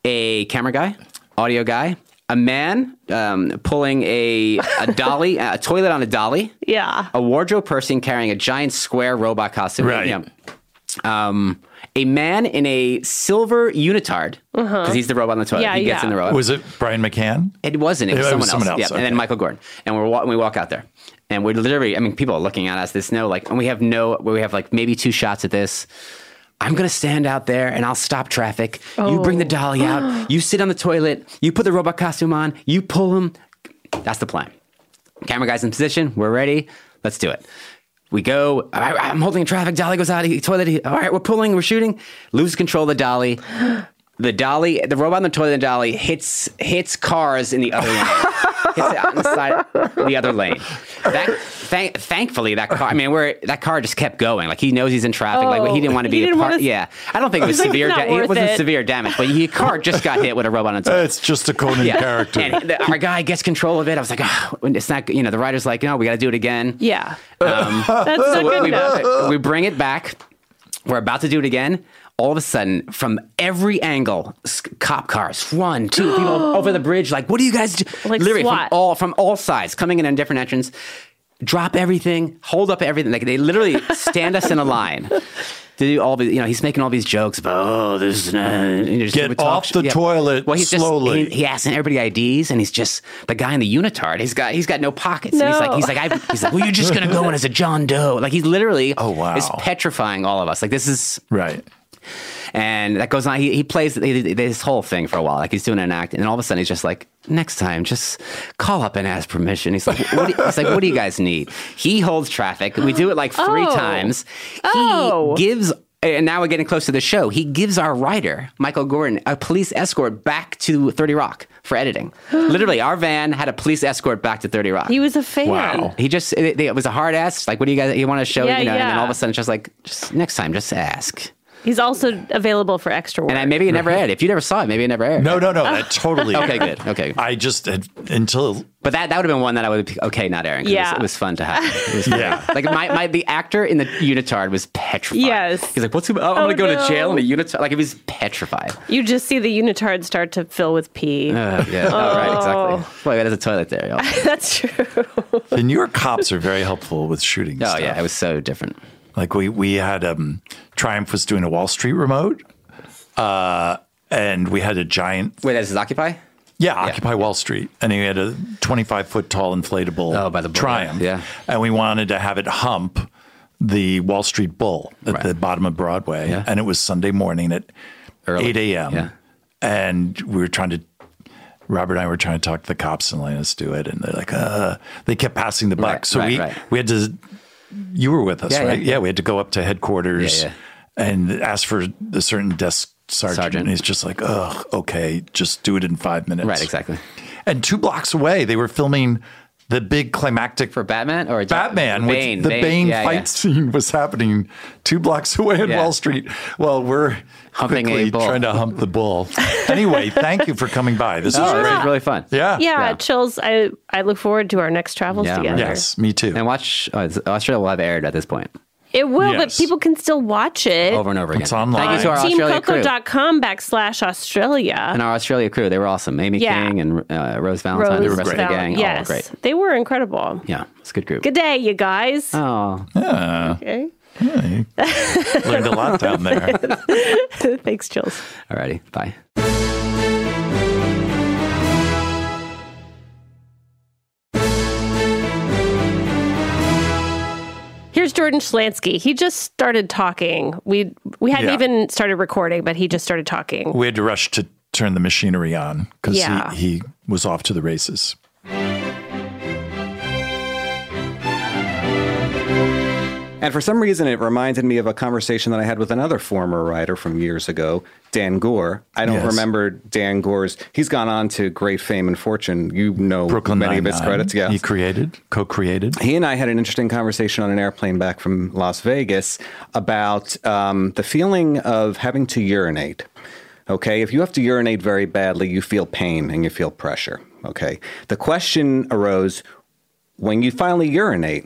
a camera guy, audio guy, a man um, pulling a a dolly, a toilet on a dolly Yeah. a wardrobe person carrying a giant square robot costume. Right. Yeah. Um, a man in a silver unitard because he's the robot on the toilet. Uh-huh. Yeah, he gets yeah. in the robot. was it Brian McCann? It wasn't. It was, It was someone, someone else. else, Yeah. And then okay. Michael Gordon. And we're wa- we walk out there, and we're literally. I mean, people are looking at us. They know like, and we have no. We have like maybe two shots at this. I'm gonna stand out there and I'll stop traffic. Oh. You bring the dolly out. you sit on the toilet. You put the robot costume on. You pull him. That's the plan. Camera guy's in position. We're ready. Let's do it. We go. I, am holding traffic. Dolly goes out. He, toilet. He, all right, we're pulling. We're shooting. Lose control of the dolly the dolly, the robot on the toilet and dolly hits hits cars in the other lane. hits it on the side, the other lane. That thank, thankfully that car. I mean, we're that car just kept going. Like he knows he's in traffic. like he didn't want to Oh, be he a didn't part. wanna- yeah, I don't think it was He's like, severe. "It's da- not it worth wasn't it." severe damage, but he car just got hit with a robot on the toilet. Uh, It's just a Conan character. And the- our guy gets control of it. I was like, oh, it's not. You know, the writer's like, no, we got to do it again. Yeah. That's not So good we, enough. we bring it back. We're about to do it again. All of a sudden, from every angle, s- cop cars, one, two, people over the bridge. Like, what do you guys do? Like Literally SWAT. from all from all sides, coming in on different entrance. Drop everything, hold up everything. Like they literally stand us in a line. To do all these, you know, he's making all these jokes about oh, this. is not-" and he just Get would talk off sh- the toilet well, he's slowly. Just, he, he asking everybody IDs, and he's just the guy in the unitard. He's got he's got no pockets. And he's like No. he's like I, he's like well, you're just gonna go in as a John Doe. Like he's literally Oh, wow. is petrifying all of us. Like this is right. and that goes on. He, he plays he- this whole thing for a while. Like he's doing an act, and all of a sudden he's just like, next time, just call up and ask permission. He's like, what do, he's like, what do you guys need? He holds traffic. We do it like three Oh. times. He Oh. gives. And now we're getting close to the show. He gives our writer, Michael Gordon, a police escort back to 30 Rock for editing. Literally, our van had a police escort back to 30 Rock. He was a fan. Wow. He just it, it was a hard ass. Like, what do you guys? You want to show? Yeah, you know, and then yeah. all of a sudden, it's just like, just next time, just ask. He's also available for extra work. And I, maybe it never aired. If you never saw it, maybe it never aired. No, no, no. That totally. Okay, good. Okay. I just had, until But that, that would have been one that I would be okay not airing. 'cause It Yeah. was, it was fun to have. It was fun. yeah. Like my, my the actor in the unitard was petrified. Yes. He's like, what's I'm gonna Oh, go to no. jail in a unitard. Like he was petrified. you just see the unitard start to fill with pee. Uh, yeah. Oh, right. Exactly. Boy, that is a toilet there. y'all. That's true. And your cops are very helpful with shooting. Oh stuff. yeah, it was so different. Like we we had um, Triumph was doing a Wall Street remote, uh, and we had a giant Wait, this is Occupy. yeah, Occupy Wall Street, and he had a twenty five foot tall inflatable Oh, by the bull, Triumph. yeah. and we wanted to have it hump the Wall Street Bull at Right. the bottom of Broadway, Yeah. and it was Sunday morning at Early. eight a.m. Yeah. and we were trying to. Robert and I were trying to talk to the cops and let us do it, and they're like, uh, they kept passing the buck. Right, so right, we right. we had to you were with us, Yeah, right? yeah. Yeah. we had to go up to headquarters Yeah, and ask for a certain desk sergeant. Sergeant. And he's just like, ugh, okay, just do it in five minutes. Right. Exactly. And two blocks away, they were filming the big climactic For Batman or Batman, which the Bane, Yeah, fight yeah. scene was happening two blocks away on Yeah. Wall Street. Well, we're Humping quickly a bull. trying to hump the bull. anyway, thank you for coming by. This was Oh, this great. was really fun. Yeah. Yeah, Yeah. chills. I I look forward to our next travels Yeah, together. right. Yes, me too. And watch. Oh, it's- Australia will have aired at this point. It will, Yes. but people can still watch it. Over and over again. It's online. Thank you to our Australia crew. TeamCoco.com backslash Australia. And our Australia crew, they were awesome. Amy Yeah. King and uh, Rose Valentine, and the rest of the Val- gang, all Yes, great. they were incredible. Yeah, it's a good group. Good day, you guys. Oh, Okay. Learned a lot down there. Thanks, Chills. alrighty, bye. Here's Here's Jordan Schlansky. He just started talking. We we hadn't Yeah. even started recording, but he just started talking. We had to rush to turn the machinery on because Yeah. he, he was off to the races. And for some reason, it reminded me of a conversation that I had with another former writer from years ago, Dan Gore. I don't Yes. remember Dan Gore's. He's gone on to great fame and fortune. You know Brooklyn many of his Nine-Nine, credits. Yeah. He created, co created. he and I had an interesting conversation on an airplane back from Las Vegas about um, the feeling of having to urinate. Okay, if you have to urinate very badly, you feel pain and you feel pressure. Okay, the question arose when you finally urinate.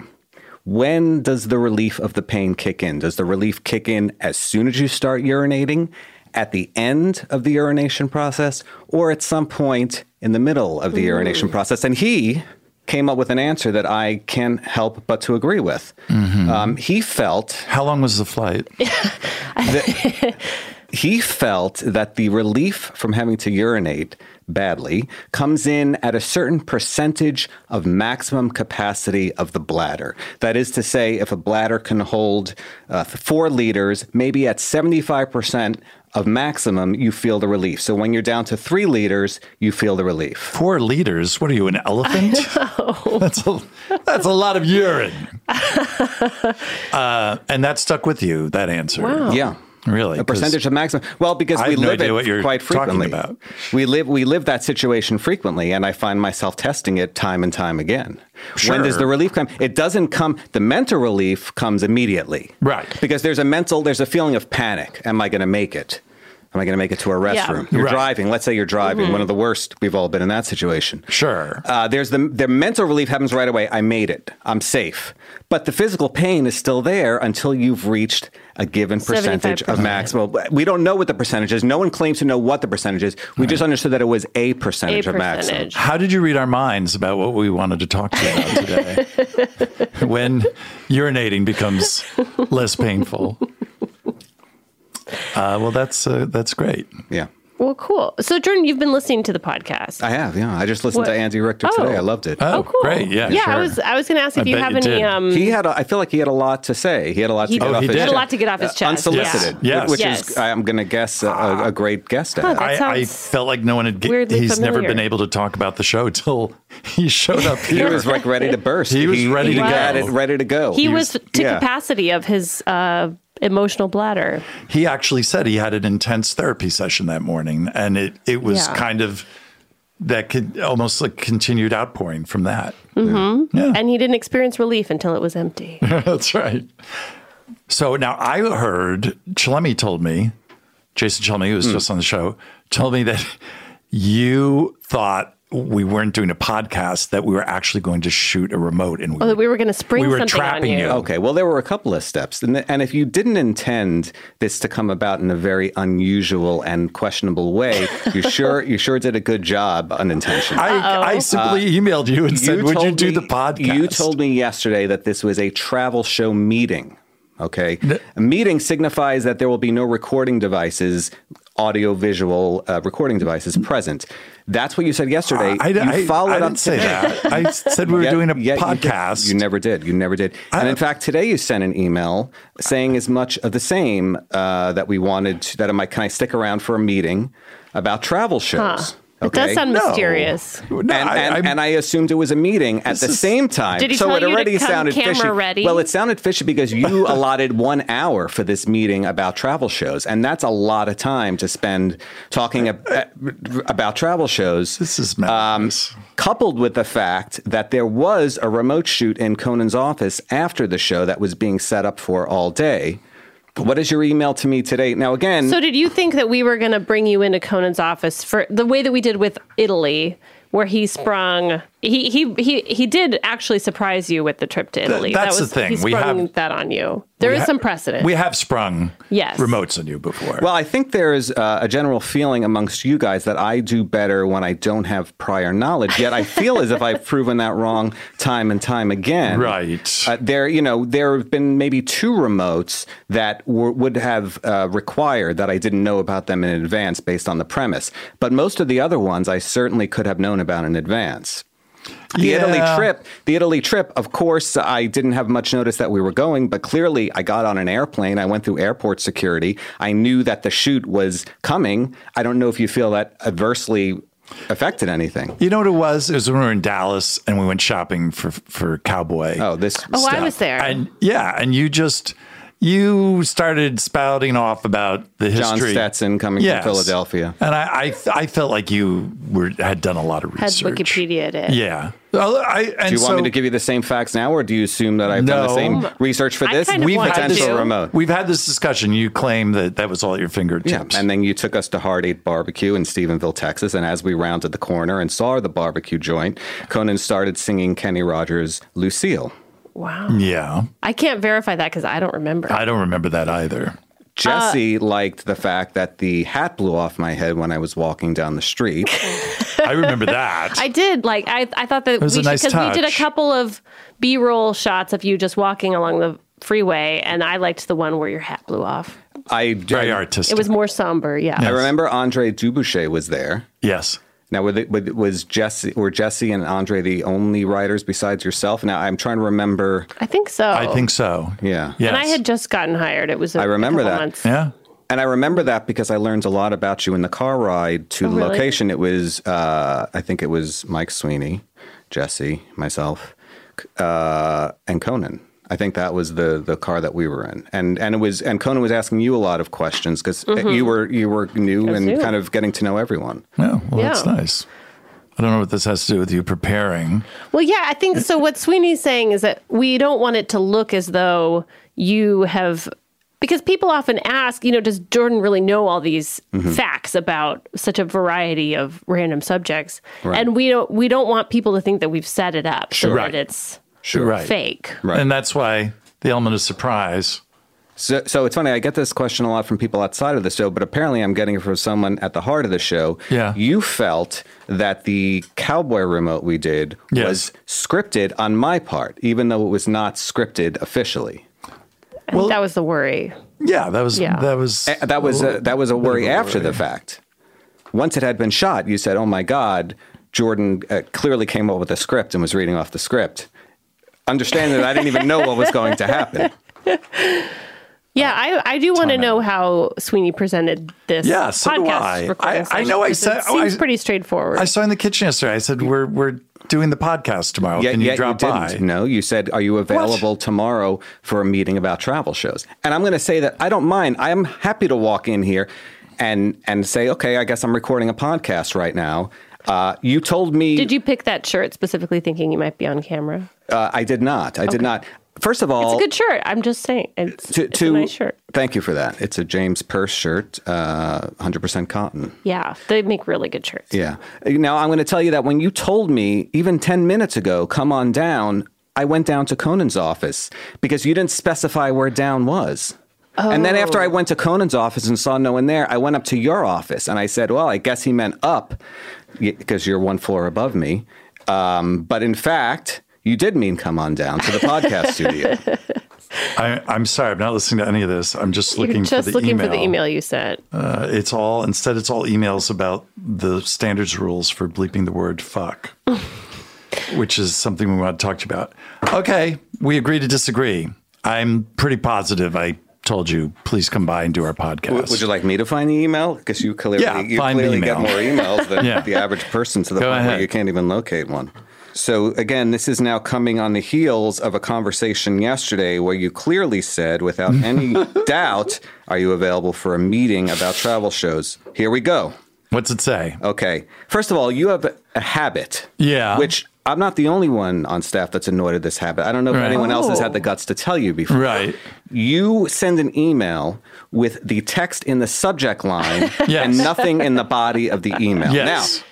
When does the relief of the pain kick in? Does the relief kick in as soon as you start urinating, at the end of the urination process, or at some point in the middle of the urination process? And he came up with an answer that I can't help but to agree with. Um, he felt How long was the flight? he felt that the relief from having to urinate badly comes in at a certain percentage of maximum capacity of the bladder. That is to say, if a bladder can hold uh, four liters, maybe at 75% of maximum, you feel the relief. So when you're down to three liters, you feel the relief. Four liters. What are you, an elephant? that's, a, that's a lot of urine. uh, and that stuck with you, that answer. Wow. Yeah. Really? A percentage of maximum. Well, because I we have no live idea it what you're quite talking frequently. about. We live we live that situation frequently, and I find myself testing it time and time again. When does Sure. the relief come? It doesn't come. The mental relief comes immediately, Right. Because there's a mental, there's a feeling of panic. Am I going to make it? Am I going to make it to a Yeah. restroom? You're Right. driving. Let's say you're driving. One of the worst. We've all been in that situation. Sure. Uh, there's the the mental relief happens right away. I made it. I'm safe. But the physical pain is still there until you've reached a given percentage of 75%. maximum. We don't know what the percentage is. No one claims to know what the percentage is. We just understood that it was a A percentage of maximum. percentage. How did you read our minds about what we wanted to talk to you about today? when urinating becomes less painful. Uh, well, that's uh, that's great. Yeah, Well, cool. So Jordan, you've been listening to the podcast. I have. Yeah, I just listened What- to Andy Richter Oh. today. I loved it. Oh, oh, cool. great. Yeah, Yeah. I sure. was I was going to ask if I you bet have you did. any. Um, He had. A, I feel like he had a lot to say. He had a lot to He- get Oh, off he his did. He had a chest. lot to get off his Uh, chest, unsolicited. yeah. Yes. which Yes. Oh, is I'm going to guess a, a, a great guest at. That I, I sounds felt like no one had. g- weirdly He's never familiar. been able to talk about the show till he showed up He here. was like ready to burst. He was ready to had go. it ready to go. he was to yeah. capacity of his uh, emotional bladder. he actually said he had an intense therapy session that morning, and it it was Yeah. kind of that could almost like continued outpouring from that. Mm-hmm. Yeah. and he didn't experience relief until it was empty. That's right. So now I heard Chalemi told me, Jason Chalemi, who was Hmm. just on the show, told me that you thought we weren't doing a podcast, that we were actually going to shoot a remote and we, Oh, that we were going to spring We were something on trapping you. you. Okay, well, there were a couple of steps. And, and if you didn't intend this to come about in a very unusual and questionable way, you sure you sure did a good job unintentionally. I, I simply emailed you and said, Would you told do me- the podcast? You told me yesterday that this was a travel show meeting. Okay. a meeting signifies that there will be no recording devices, audio visual uh, recording devices present. That's what you said yesterday. I, you I, followed I up didn't say today. that. I said we were Yet- doing a yet you did- podcast. You, never did. You never did. and in fact, today you sent an email saying as much of the same uh, that we wanted to, that am I can I stick around for a meeting about travel shows? It does sound No. mysterious. No, and, I, and, I'm- and I assumed it was a meeting at the is- same time. Did he so tell it you to already come sounded camera fishy. ready? Well, it sounded fishy because you allotted one hour for this meeting about travel shows, and that's a lot of time to spend talking ab- about travel shows this is madness. Um, coupled with the fact that there was a remote shoot in Conan's office after the show that was being set up for all day. What is your email to me today? Now, again, So, did you think that we were going to bring you into Conan's office for the way that we did with Italy, where he sprung? He he he he did actually surprise you with the trip to Italy. that's that was, the thing. He We sprung have- that on you. There is some precedent. we have sprung Yes. remotes on you before. well, I think there is uh, a general feeling amongst you guys that I do better when I don't have prior knowledge. Yet I feel as if I've proven that wrong time and time again. Right. Uh, there, you know, there have been maybe two remotes that were, would have uh, required that I didn't know about them in advance based on the premise. But most of the other ones I certainly could have known about in advance. The Italy Yeah. trip, the Italy trip, of course, I didn't have much notice that we were going, but clearly I got on an airplane. I went through airport security. I knew that the shoot was coming. I don't know if you feel that adversely affected anything. You know what it was? It was when we were in Dallas and we went shopping for for Cowboy. Oh, this. Oh, I stuff. was there. And yeah, and you just you started spouting off about the John history. Stetson coming Yes. from Philadelphia. And I, I I felt like you were had done a lot of Had research. Wikipedia it. Yeah. Well, I, and Do you so want me to give you the same facts now, or do you assume that I've done the No. same research for I this? kind of want potential to. remote. We've had this discussion. You claim that that was all at your Yeah, fingertips. and then you took us to Hard Eight Barbecue in Stephenville, Texas. And as we rounded the corner and saw the barbecue joint, Conan started singing Kenny Rogers' "Lucille." Wow. yeah. I can't verify that because I don't remember. I don't remember that either. Jesse Uh, liked the fact that the hat blew off my head when I was walking down the street. I remember that. I did like I. I thought that was we a nice because we did a touch. couple of B roll shots of you just walking along the freeway, and I liked the one where your hat blew off. I Very I- artistic. It was more somber. Yeah. I remember Andre Dubuchet was there. yes. Now, were the, were- was Jesse were Jesse and Andre the only writers besides yourself? Now, I'm trying to remember. I think so. I think so. Yeah. Yes. And I had just gotten hired. It was. I I remember that. Months. Yeah. And I remember that because I learned a lot about you in the car ride to the really? location. It was, uh, I think it was Mike Sweeney, Jesse, myself, c- uh, and Conan. I think that was the the car that we were in, and and it was and Conan was asking you a lot of questions because you were you were new and new. kind of getting to know everyone. Yeah. Well, that's Yeah. nice. I don't know what this has to do with you preparing. Well, yeah, I think so. What Sweeney's saying is that we don't want it to look as though you have, because people often ask, you know, does Jordan really know all these Mm-hmm. facts about such a variety of random subjects? And we don't we don't want people to think that we've set it up, so Right. that it's Sure. Right. fake. Right. And that's why the element of surprise. So, so it's funny. I get this question a lot from people outside of the show, but apparently I'm getting it from someone at the heart of the show. Yeah. You felt that the cowboy remote we did Yes. was scripted on my part, even though it was not scripted officially. I think that was the worry. Yeah. That was. Yeah. That was. A- Eh, That was a, that was a worry after the fact. Once it had been shot, you said, "Oh my God, Jordan uh, clearly came up with a script and was reading off the script." Understanding that I didn't even know what was going to happen. Yeah, I, I do want to know how Sweeney presented this Yeah, so do podcast I. I- recording. I session, know I because said- it oh, I- seems pretty straightforward. I saw in the kitchen yesterday. I said we're we're doing the podcast tomorrow. Yet, Can you yet drop didn't. by? No, you said, "Are you available tomorrow for a meeting about travel shows?" And I'm going to say that I don't mind. I am happy to walk in here and and say, "Okay, I guess I'm recording a podcast right now." Uh, you told me Did you pick that shirt specifically thinking you might be on camera? uh, I did not. I did not. First of all, It's a good shirt. I'm just saying. It's, to, it's to- a nice shirt. Thank you for that. It's a James Purse shirt, uh, 100% cotton. Yeah, they make really good shirts. Yeah. Now I'm going to tell you that when you told me even 10 minutes ago, come on down, I went down to Conan's office because you didn't specify where down was. And then after I went to Conan's office and saw no one there, I went up to your office and I said, "Well, I guess he meant up because you're one floor above me." Um, but in fact, you did mean come on down to the podcast studio. I, I'm sorry. I'm not listening to any of this. I'm just looking You're just for the looking email. for the email you sent. Uh, it's all instead. It's all emails about the standards rules for bleeping the word "fuck," which is something we want to talk to you about. Okay, we agree to disagree. I'm pretty positive. I told you, please come by and do our podcast. Would you like me to find the email? Because you clearly, Yeah, you find the clearly get more email. emails than Yeah. the average person to the Go point where ahead. you can't even locate one. So again, this is now coming on the heels of a conversation yesterday where you clearly said, without any doubt, are you available for a meeting about travel shows? Here we go. What's it say? Okay. First of all, you have a habit. Yeah. Which I'm not the only one on staff that's annoyed at this habit. I don't know if Right. anyone else has Oh. had the guts to tell you before. Right. You send an email with the text in the subject line Yes. and nothing in the body of the email. Yes.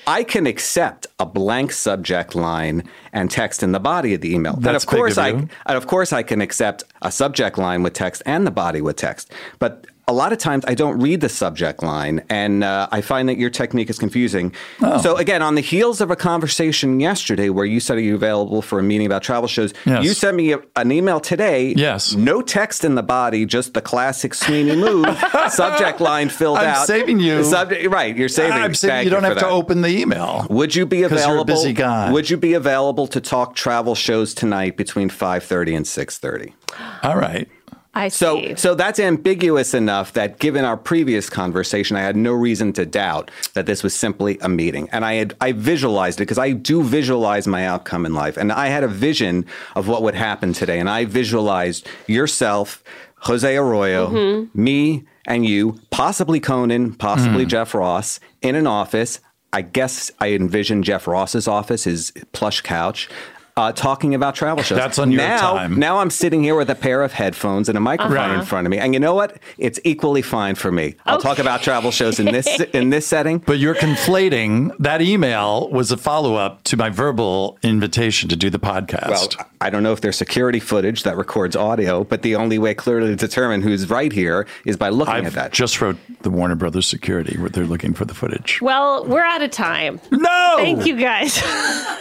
Now, I can accept a blank subject line and text in the body of the email. and That's of big course of I you. and of course I can accept a subject line with text and the body with text. But a lot of times I don't read the subject line, and uh, I find that your technique is confusing. Oh. So again, on the heels of a conversation yesterday where you said are you available for a meeting about travel shows, Yes. you sent me a, an email today. Yes. no text in the body, just the classic Sweeney move. subject line filled I'm out. saving you. Subject, right, you're saving. I'm saying Thank you don't for have to that. open the email. Would you be 'Cause available? you're a busy guy. Would you be available to talk travel shows tonight between five thirty and six thirty? All right. I So, see. so that's ambiguous enough that, given our previous conversation, I had no reason to doubt that this was simply a meeting, and I had I visualized it because I do visualize my outcome in life, and I had a vision of what would happen today, and I visualized yourself, Jose Arroyo, Mm-hmm. me, and you, possibly Conan, possibly Mm. Jeff Ross, in an office. I guess I envisioned Jeff Ross's office, his plush couch. Uh, talking about travel shows. That's on your now, time. Now I'm sitting here with a pair of headphones and a microphone Right. Uh-huh. in front of me, and you know what? It's equally fine for me. I'll talk about travel shows in this in this setting. But you're conflating that email was a follow up to my verbal invitation to do the podcast. Well, I don't know if there's security footage that records audio, but the only way clearly to determine who's right here is by looking I at that. just wrote the Warner Brothers security where they're looking for the footage. well, we're out of time. No. Thank you guys.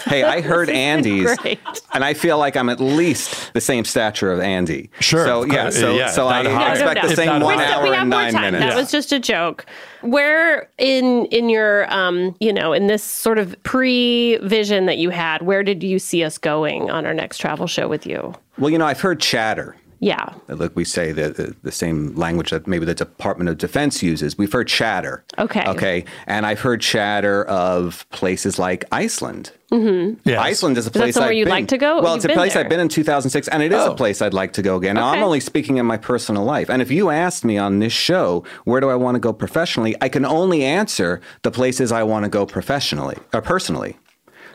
hey, I heard Andy's, great. and I feel like I'm at least the same stature of Andy. Sure, So of yeah, course. so Yeah, so not I higher. No, expect the no. same If not one higher. hour we have and more nine time. minutes. That was just a joke. Where in in your um, you know, in this sort of pre vision that you had, where did you see us going on our next travel show with you? Well, you know, I've heard chatter. Yeah. like we say the, the the same language that maybe the Department of Defense uses. We've heard chatter. Okay. Okay. And I've heard chatter of places like Iceland. Yes. Iceland is a that place somewhere I've you'd been. like to go? Well, You've it's a been place there. I've been in 2006, and it is Oh. a place I'd like to go again. Now, Okay. I'm only speaking in my personal life, and if you asked me on this show where do I want to go professionally, I can only answer the places I want to go professionally or personally.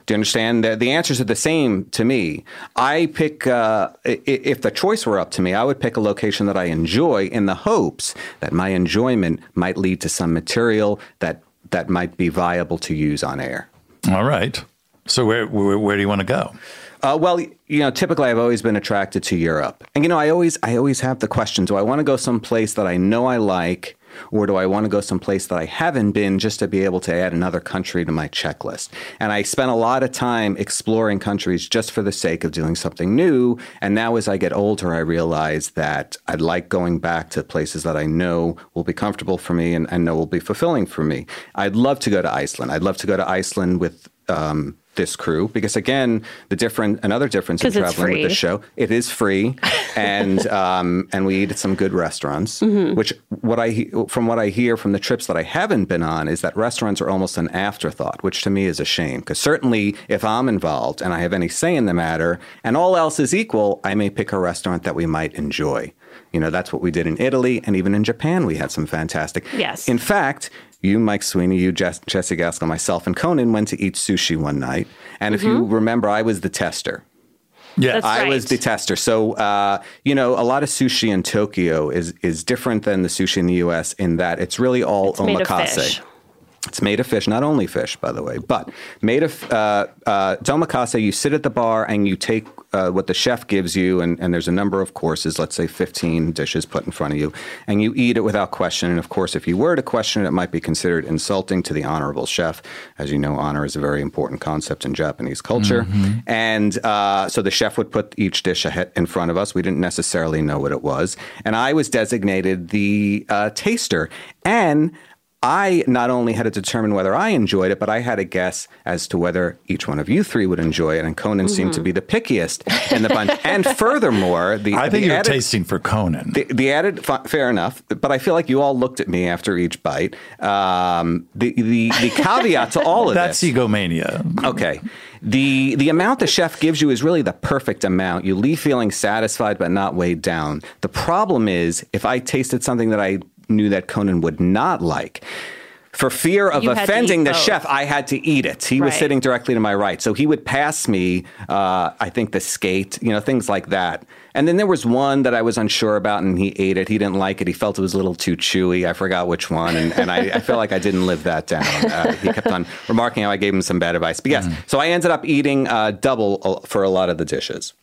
Do you understand? The, the answers are the same to me. I pick, uh, i- i- if the choice were up to me, I would pick a location that I enjoy in the hopes that my enjoyment might lead to some material that, that might be viable to use on air. All right. So where, where where do you want to go? Uh, well, you know, typically I've always been attracted to Europe, and you know, I always, I always have the question: Do I want to go someplace that I know I like, or do I want to go someplace that I haven't been, just to be able to add another country to my checklist? And I spent a lot of time exploring countries just for the sake of doing something new. And now, as I get older, I realize that I'd like going back to places that I know will be comfortable for me and, and know will be fulfilling for me. I'd love to go to Iceland. I'd love to go to Iceland with. Um, this crew because again the different another difference in 'Cause it's traveling with free. the show it is free and um, and we eat at some good restaurants which what i he- from what i hear from the trips that i haven't been on is that restaurants are almost an afterthought which to me is a shame because certainly if i'm involved and i have any say in the matter and all else is equal i may pick a restaurant that we might enjoy you know that's what we did in italy and even in japan we had some fantastic Yes. in fact, you, Mike Sweeney, you, Jess, Jesse Gaskell, myself, and Conan went to eat sushi one night. And if you remember, I was the tester. Yeah. That's- I- I was Right. the tester. So, uh, you know, a lot of sushi in Tokyo is is different than the sushi in the U.S. in that it's really all It's made of omakase. fish. It's made of fish, not only fish, by the way, but made of uh, uh, domikase. You sit at the bar and you take uh, what the chef gives you, and, and there's a number of courses, let's say 15 dishes put in front of you, and you eat it without question. And of course, if you were to question it, it might be considered insulting to the honorable chef. As you know, honor is a very important concept in Japanese culture. And uh, so the chef would put each dish ahead in front of us. We didn't necessarily know what it was. And I was designated the uh, taster. And I not only had to determine whether I enjoyed it, but I had a guess as to whether each one of you three would enjoy it. And Conan seemed to be the pickiest in the bunch. and furthermore, the I think the you're added- tasting for Conan. the, the added fa- fair enough, but I feel like you all looked at me after each bite. Um, the, the the caveat to all of That's this. egomania. Okay. The the amount the chef gives you is really the perfect amount. You leave feeling satisfied but not weighed down. The problem is if I tasted something that I knew that Conan would not like, for fear of You had to eat offending the both. chef, I had to eat it. He was Right. sitting directly to my right. So he would pass me, uh, I think, the skate, you know, things like that. And then there was one that I was unsure about and he ate it. He didn't like it. He felt it was a little too chewy. I forgot which one. And, and I, I feel like I didn't live that down. Uh, he kept on remarking how I gave him some bad advice. But yes, so I ended up eating uh, double uh, for a lot of the dishes.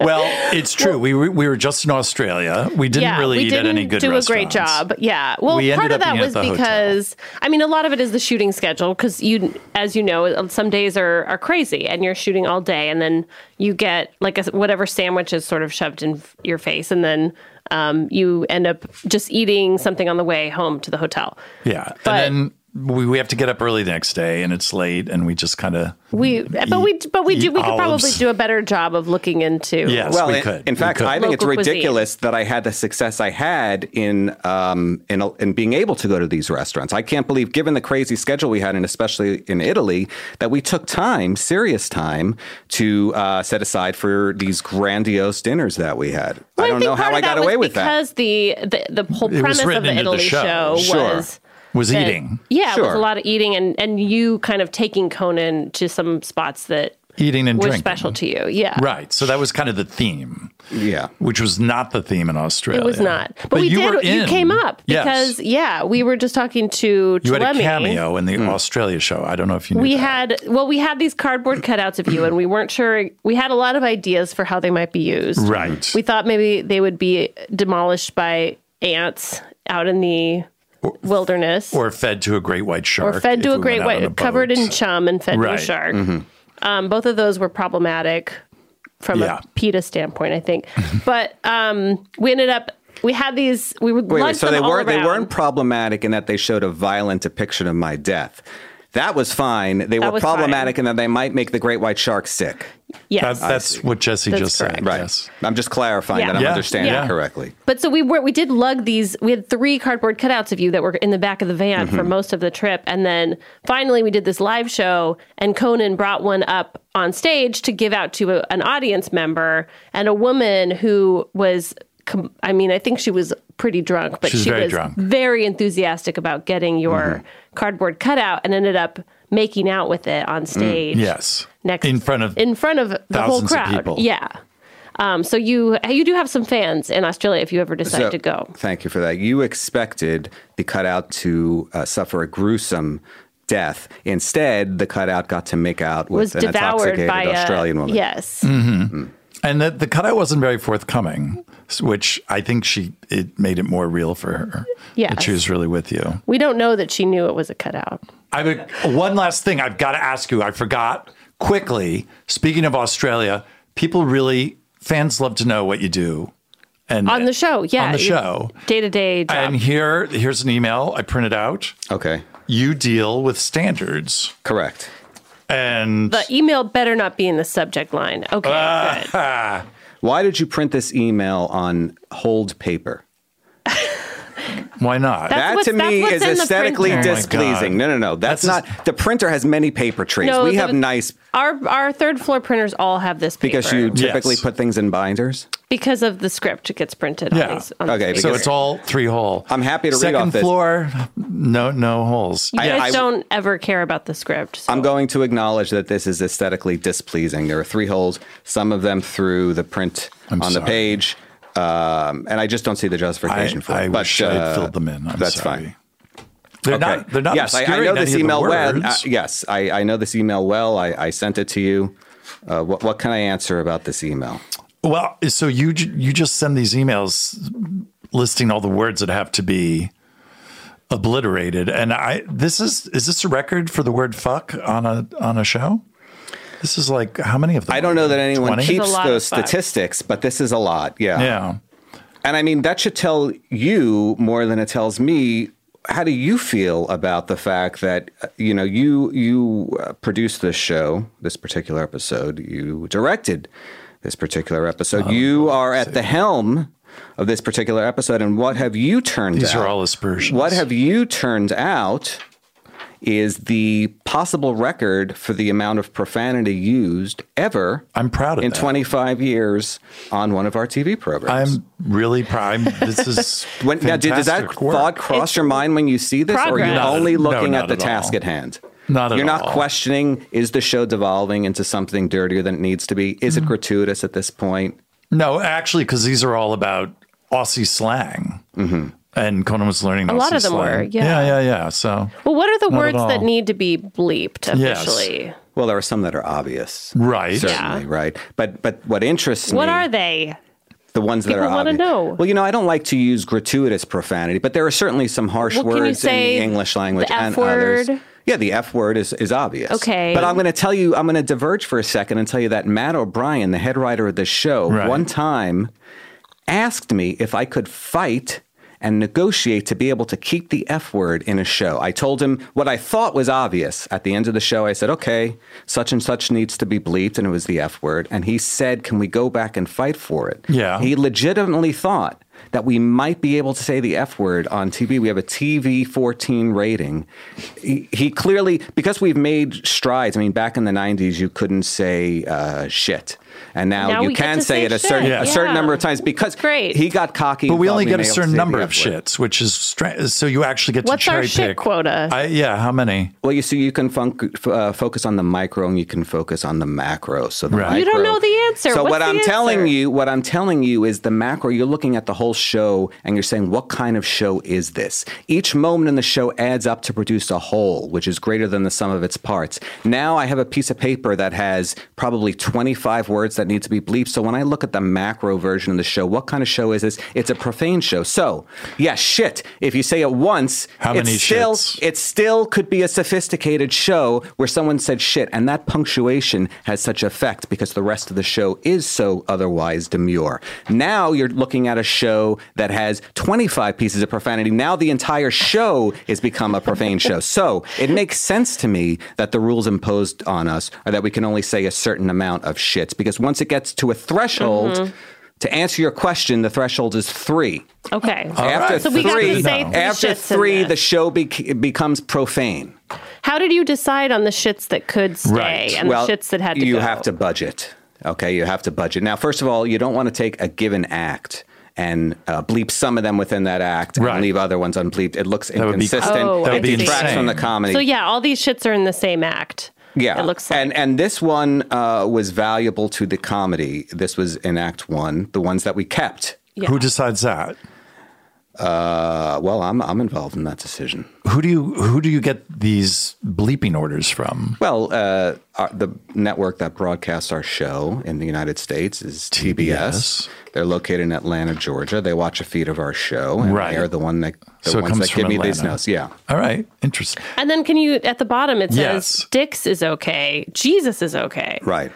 Well, it's true. we, were, we were just in Australia. We didn't yeah, really we eat didn't at any good do a great restaurants. job. Yeah. Well, We part ended of up that eating at was the hotel. because I mean, a lot of it is the shooting schedule because you, as you know, some days are are crazy and you're shooting all day, and then you get like a, whatever sandwich is sort of shoved in f- your face, and then um, you end up just eating something on the way home to the hotel. Yeah. But- and then we, we have to get up early the next day and it's late and we just kind of. We, but we, but we do. We could probably olives. do a better job of looking into. Yes, well, we in, could. in We fact, could. I think it's Local cuisine. ridiculous that I had the success I had in um, in in being able to go to these restaurants. I can't believe, given the crazy schedule we had, and especially in Italy, that we took time, serious time, to uh, set aside for these grandiose dinners that we had. I Well, don't think know how part I of that got was away with that. because the, the the whole was premise of written the into the Italy show. show, Sure. was Was that- eating. Yeah, it was a Sure. lot of eating and and you kind of taking Conan to some spots that Eating and were drinking. special to you. Yeah, Right. So that was kind of the theme, Yeah. which was not the theme in Australia. It was not, but, we you did. were You in. came up Yes. because yeah, we were just talking to you had Tulemi. a cameo in the Australia show. I don't know if you knew Hmm. We that. had well, we had these cardboard cutouts of you, and we weren't sure. We had a lot of ideas for how they might be used. Right. We thought maybe they would be demolished by ants out in the wilderness, or, or fed to a great white shark. fed to if a we great went out on a white, boat. covered in chum and fed Right. Mm-hmm. to a shark. Um, both of those were problematic from Yeah. a PETA standpoint, I think. but um, we ended up. We had these. We were Wait, wait, so them they all weren't they around. weren't problematic in that they showed a violent depiction of my death. That was fine. They were was fine. problematic in that they might make the great white shark sick. Yes, That, that's what Jesse That's just said. correct. Right. Yes. I'm just clarifying Yeah. that I'm Yeah. understanding Yeah. correctly. But so we were we did lug these we had three cardboard cutouts of you that were in the back of the van for Mm-hmm. most of the trip and then finally we did this live show and Conan brought one up on stage to give out to a, an audience member and a woman who was com- I mean I think she was pretty drunk but She was she very was drunk. Mm-hmm. very enthusiastic about getting your cardboard cutout and ended up making out with it on stage Mm-hmm. Yes. next in front of in front of the whole thousands of crowd. people. Yeah. Um, so you you do have some fans in Australia if you ever decide So, to go. Thank you for that. You expected the cutout to uh, suffer a gruesome death. Instead, the cutout got to make out with Was an devoured intoxicated by a- Australian woman. Yes, Mm. And that the cutout wasn't very forthcoming, s- which I think she it made it more real for her. Yes. that she was really with you. we don't know that she knew it was a cutout. I would, one last thing I've got to ask you. I forgot quickly. Speaking of Australia, people really fans love to know what you do. And On the show, yeah, on the show. day to day job. And here, here's an email I printed out. Okay. You deal with standards, Correct. and the email better not be in the subject line. Okay, Ah. good. Why did you print this email on hold paper? why not? That's That what's- to me that's what's is in the aesthetically printer. Oh my displeasing. God. No, no, no. That's, That's not. The printer has many paper trays. No, we the- have nice Our our third floor printers all have this paper because you typically Yes. put things in binders. because of the script it gets printed. Yeah. On these, on Okay, these so papers. it's all three hole. I'm happy to read Second off this. floor, no no holes. you guys I- don't ever care about the script. so- I'm going to acknowledge that this is aesthetically displeasing. There are three holes, some of them through the print I'm on the sorry. page, um, and I just don't see the I, justification for it. I but, wish I uh, had filled them in. I'm that's sorry. fine. They're Okay. not. They're not. Yes, I, I obscuring know this any of the email well. Uh, words. yes, I, I know this email well. I, I sent it to you. Uh, what, what can I answer about this email? Well, so you ju- you just send these emails listing all the words that have to be obliterated, and I this is is this a record for the word fuck on a on a show? This is like how many of them? I don't know that anyone 20? keeps lot those of fuck. statistics, but this is a lot. Yeah, And I mean, that should tell you more than it tells me. How do you feel about the fact that uh, you know you you uh, produced this show, this particular episode, you directed this particular episode, you are at the helm of this particular episode, and what have you turned? These out? are all aspersions. What have you turned out? Is the possible record for the amount of profanity used ever I'm proud of in that. 25 years on one of our TV programs? I'm really proud. I'm- This is When, now, did, does that fantastic work. thought cross your mind when you see this, or Progress. are you Not at- only no, looking not at the at all. task at hand? Not at You're all. not questioning: is the show devolving into something dirtier than it needs to be? Mm-hmm. Is it gratuitous at this point? No, actually, because these are all about Aussie slang, Mm-hmm. and Conan was learning a lot of them were, yeah. yeah, yeah, yeah. So well, what are the Not at words that all. need to be bleeped Yes. officially? Well, there are some that are obvious, Right. Certainly, right. But but what interests What me are they? the ones that People are wanna obvious. know. Well, you know, I don't like to use gratuitous profanity, but there are certainly some harsh Well, can you words in say the English language the F and others. word? Yeah, the F word is, is obvious. Okay. But I'm going to tell you, I'm going to diverge for a second and tell you that Matt O'Brien, the head writer of the show, Right. one time asked me if I could fight and negotiate to be able to keep the F word in a show. I told him what I thought was obvious. At the end of the show, I said, okay, such and such needs to be bleeped, and it was the F word. And he said, can we go back and fight for it? Yeah. He legitimately thought that we might be able to say the F word on TV. We have a TV 14 rating. He, he clearly, because we've made strides, I mean, back in the 90s, you couldn't say uh, shit. And now, Now you we get can to say say it a certain, shit. a certain Yeah. number of times because Great. he got cocky. But and we thought only get a nailed certain the number of F word. shits, which is stra- so you actually get What's to cherry our shit pick quota? I, yeah, how many? Well, you see, you can funk, f- uh, focus on the micro and you can focus on the macro. So the Right. You don't micro- know the answer. So What's what the I'm telling answer? you, what I'm telling you is the macro. You're looking at the whole show and you're saying, what kind of show is this? Each moment in the show adds up to produce a whole, which is greater than the sum of its parts. Now I have a piece of paper that has probably 25 words that need to be bleeped. So when I look at the macro version of the show, what kind of show is this? It's a profane show. So yeah, shit. If you say it once, How it's many still shits? it still could be a sophisticated show where someone said shit, and that punctuation has such effect because the rest of the show is so otherwise demure. Now you're looking at a show that has 25 pieces of profanity. Now the entire show has become a profane show. So it makes sense to me that the rules imposed on us are that we can only say a certain amount of shits because once it gets to a threshold, to answer your question, the threshold is three. Okay. After right. so three, we got to Good say to know. three after shits in three, this. the show bec becomes profane. How did you decide on the shits that could stay Right. and the shits that had to you go? have to budget. Okay, you have to budget. Now, first of all, you don't want to take a given act and uh, bleep some of them within that act Right. and leave other ones unbleeped. It looks would be- inconsistent. Oh, That would it be detracts insane. from the comedy. So yeah, all these shits are in the same act. Yeah, It looks like. and and this one uh, was valuable to the comedy. This was in Act One, the ones that we kept. Yeah. Who decides that? Uh, well, I'm I'm involved in that decision. Who do you who do you get these bleeping orders from? Well, uh, our, the network that broadcasts our show in the United States is TBS. TBS. They're located in Atlanta, Georgia. They watch a feed of our show, and Right. they're the one that the So it ones comes that give from me these Atlanta. notes. Yeah. All right, interesting. And then can you at the bottom it says Yes. Dix is okay, Jesus is okay. Right.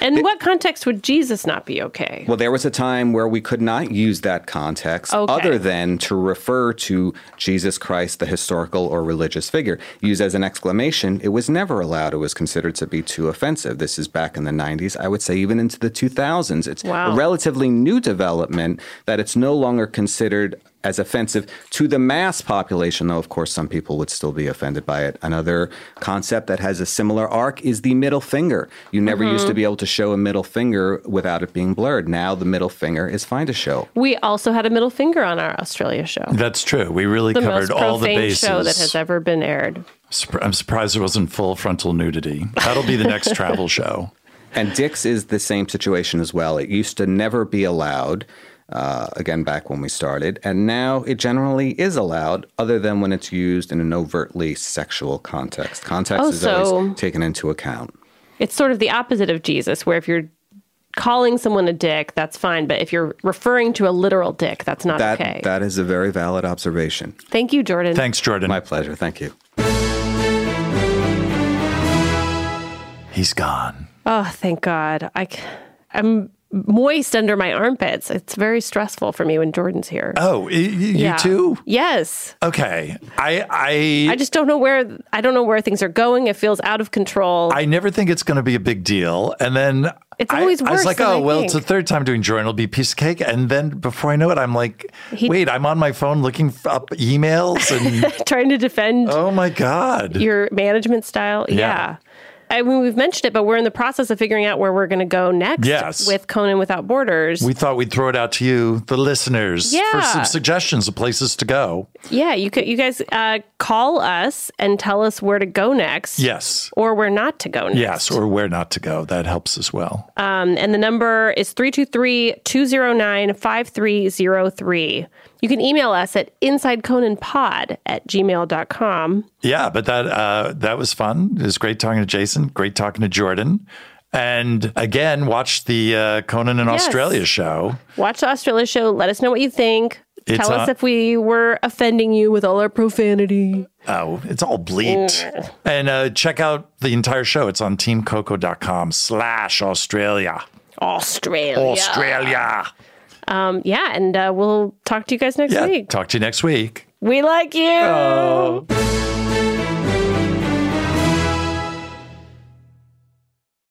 And what context would Jesus not be okay? Well, there was a time where we could not use that context Okay. other than to refer to Jesus Christ, the historical or religious figure. Used as an exclamation, it was never allowed. It was considered to be too offensive. This is back in the 90s, I would say even into the 2000s. It's Wow. a relatively new development that it's no longer considered as offensive to the mass population, though, of course, some people would still be offended by it. Another concept that has a similar arc is the middle finger. You never used to be able to show a middle finger without it being blurred. Now the middle finger is fine to show. we also had a middle finger on our Australia show. That's true. We really the covered most all the profane bases. show that has ever been aired. Surpri- I'm surprised it wasn't full frontal nudity. That'll be the next travel show. And Dick's is the same situation as well. It used to never be allowed, uh, again, back when we started. And now it generally is allowed, other than when it's used in an overtly sexual context. Context Oh, is so- always taken into account. It's sort of the opposite of Jesus, where if you're calling someone a dick, that's fine, but if you're referring to a literal dick, that's not That, okay. that is a very valid observation. Thank you, Jordan. Thanks, Jordan. My pleasure. Thank you. He's gone. Oh, thank God. I, am moist under my armpits. It's very stressful for me when Jordan's here. Oh, y- y- you Yeah. too? Yes. Okay. I I I just don't know where I don't know where things are going. It feels out of control. I never think it's going to be a big deal. And then It's I- always I, worse was like, than oh, I well, it's the think. third time doing Jordan. It'll be a piece of cake. And then before I know it, I'm like, He- wait, I'm on my phone looking f- up emails. And Trying to defend oh my God. your management style. Yeah. I mean, we've mentioned it, but we're in the process of figuring out where we're going to go next Yes. with Conan Without Borders. we thought we'd throw it out to you, the listeners, for Yeah. some suggestions of places to go. yeah, you could, you guys uh, call us and tell us where to go next. Yes. Or where not to go next. Yes. Or where not to go. That helps as well. Um, and the number is 323 209 5303. You can email us at insideconanpod at gmail.com. Yeah, but that uh, that was fun. It was great talking to Jason. Great talking to Jordan. And again, watch the uh, Conan in Yes. Australia show. Watch the Australia show. Let us know what you think. It's Tell us on- if we were offending you with all our profanity. Oh, it's all bleeped. And uh, check out the entire show. It's on teamcoco.com slash Australia. Australia. Australia. Um, yeah, and uh, we'll talk to you guys next Yeah. Oh, week. Talk to you next week. We like you.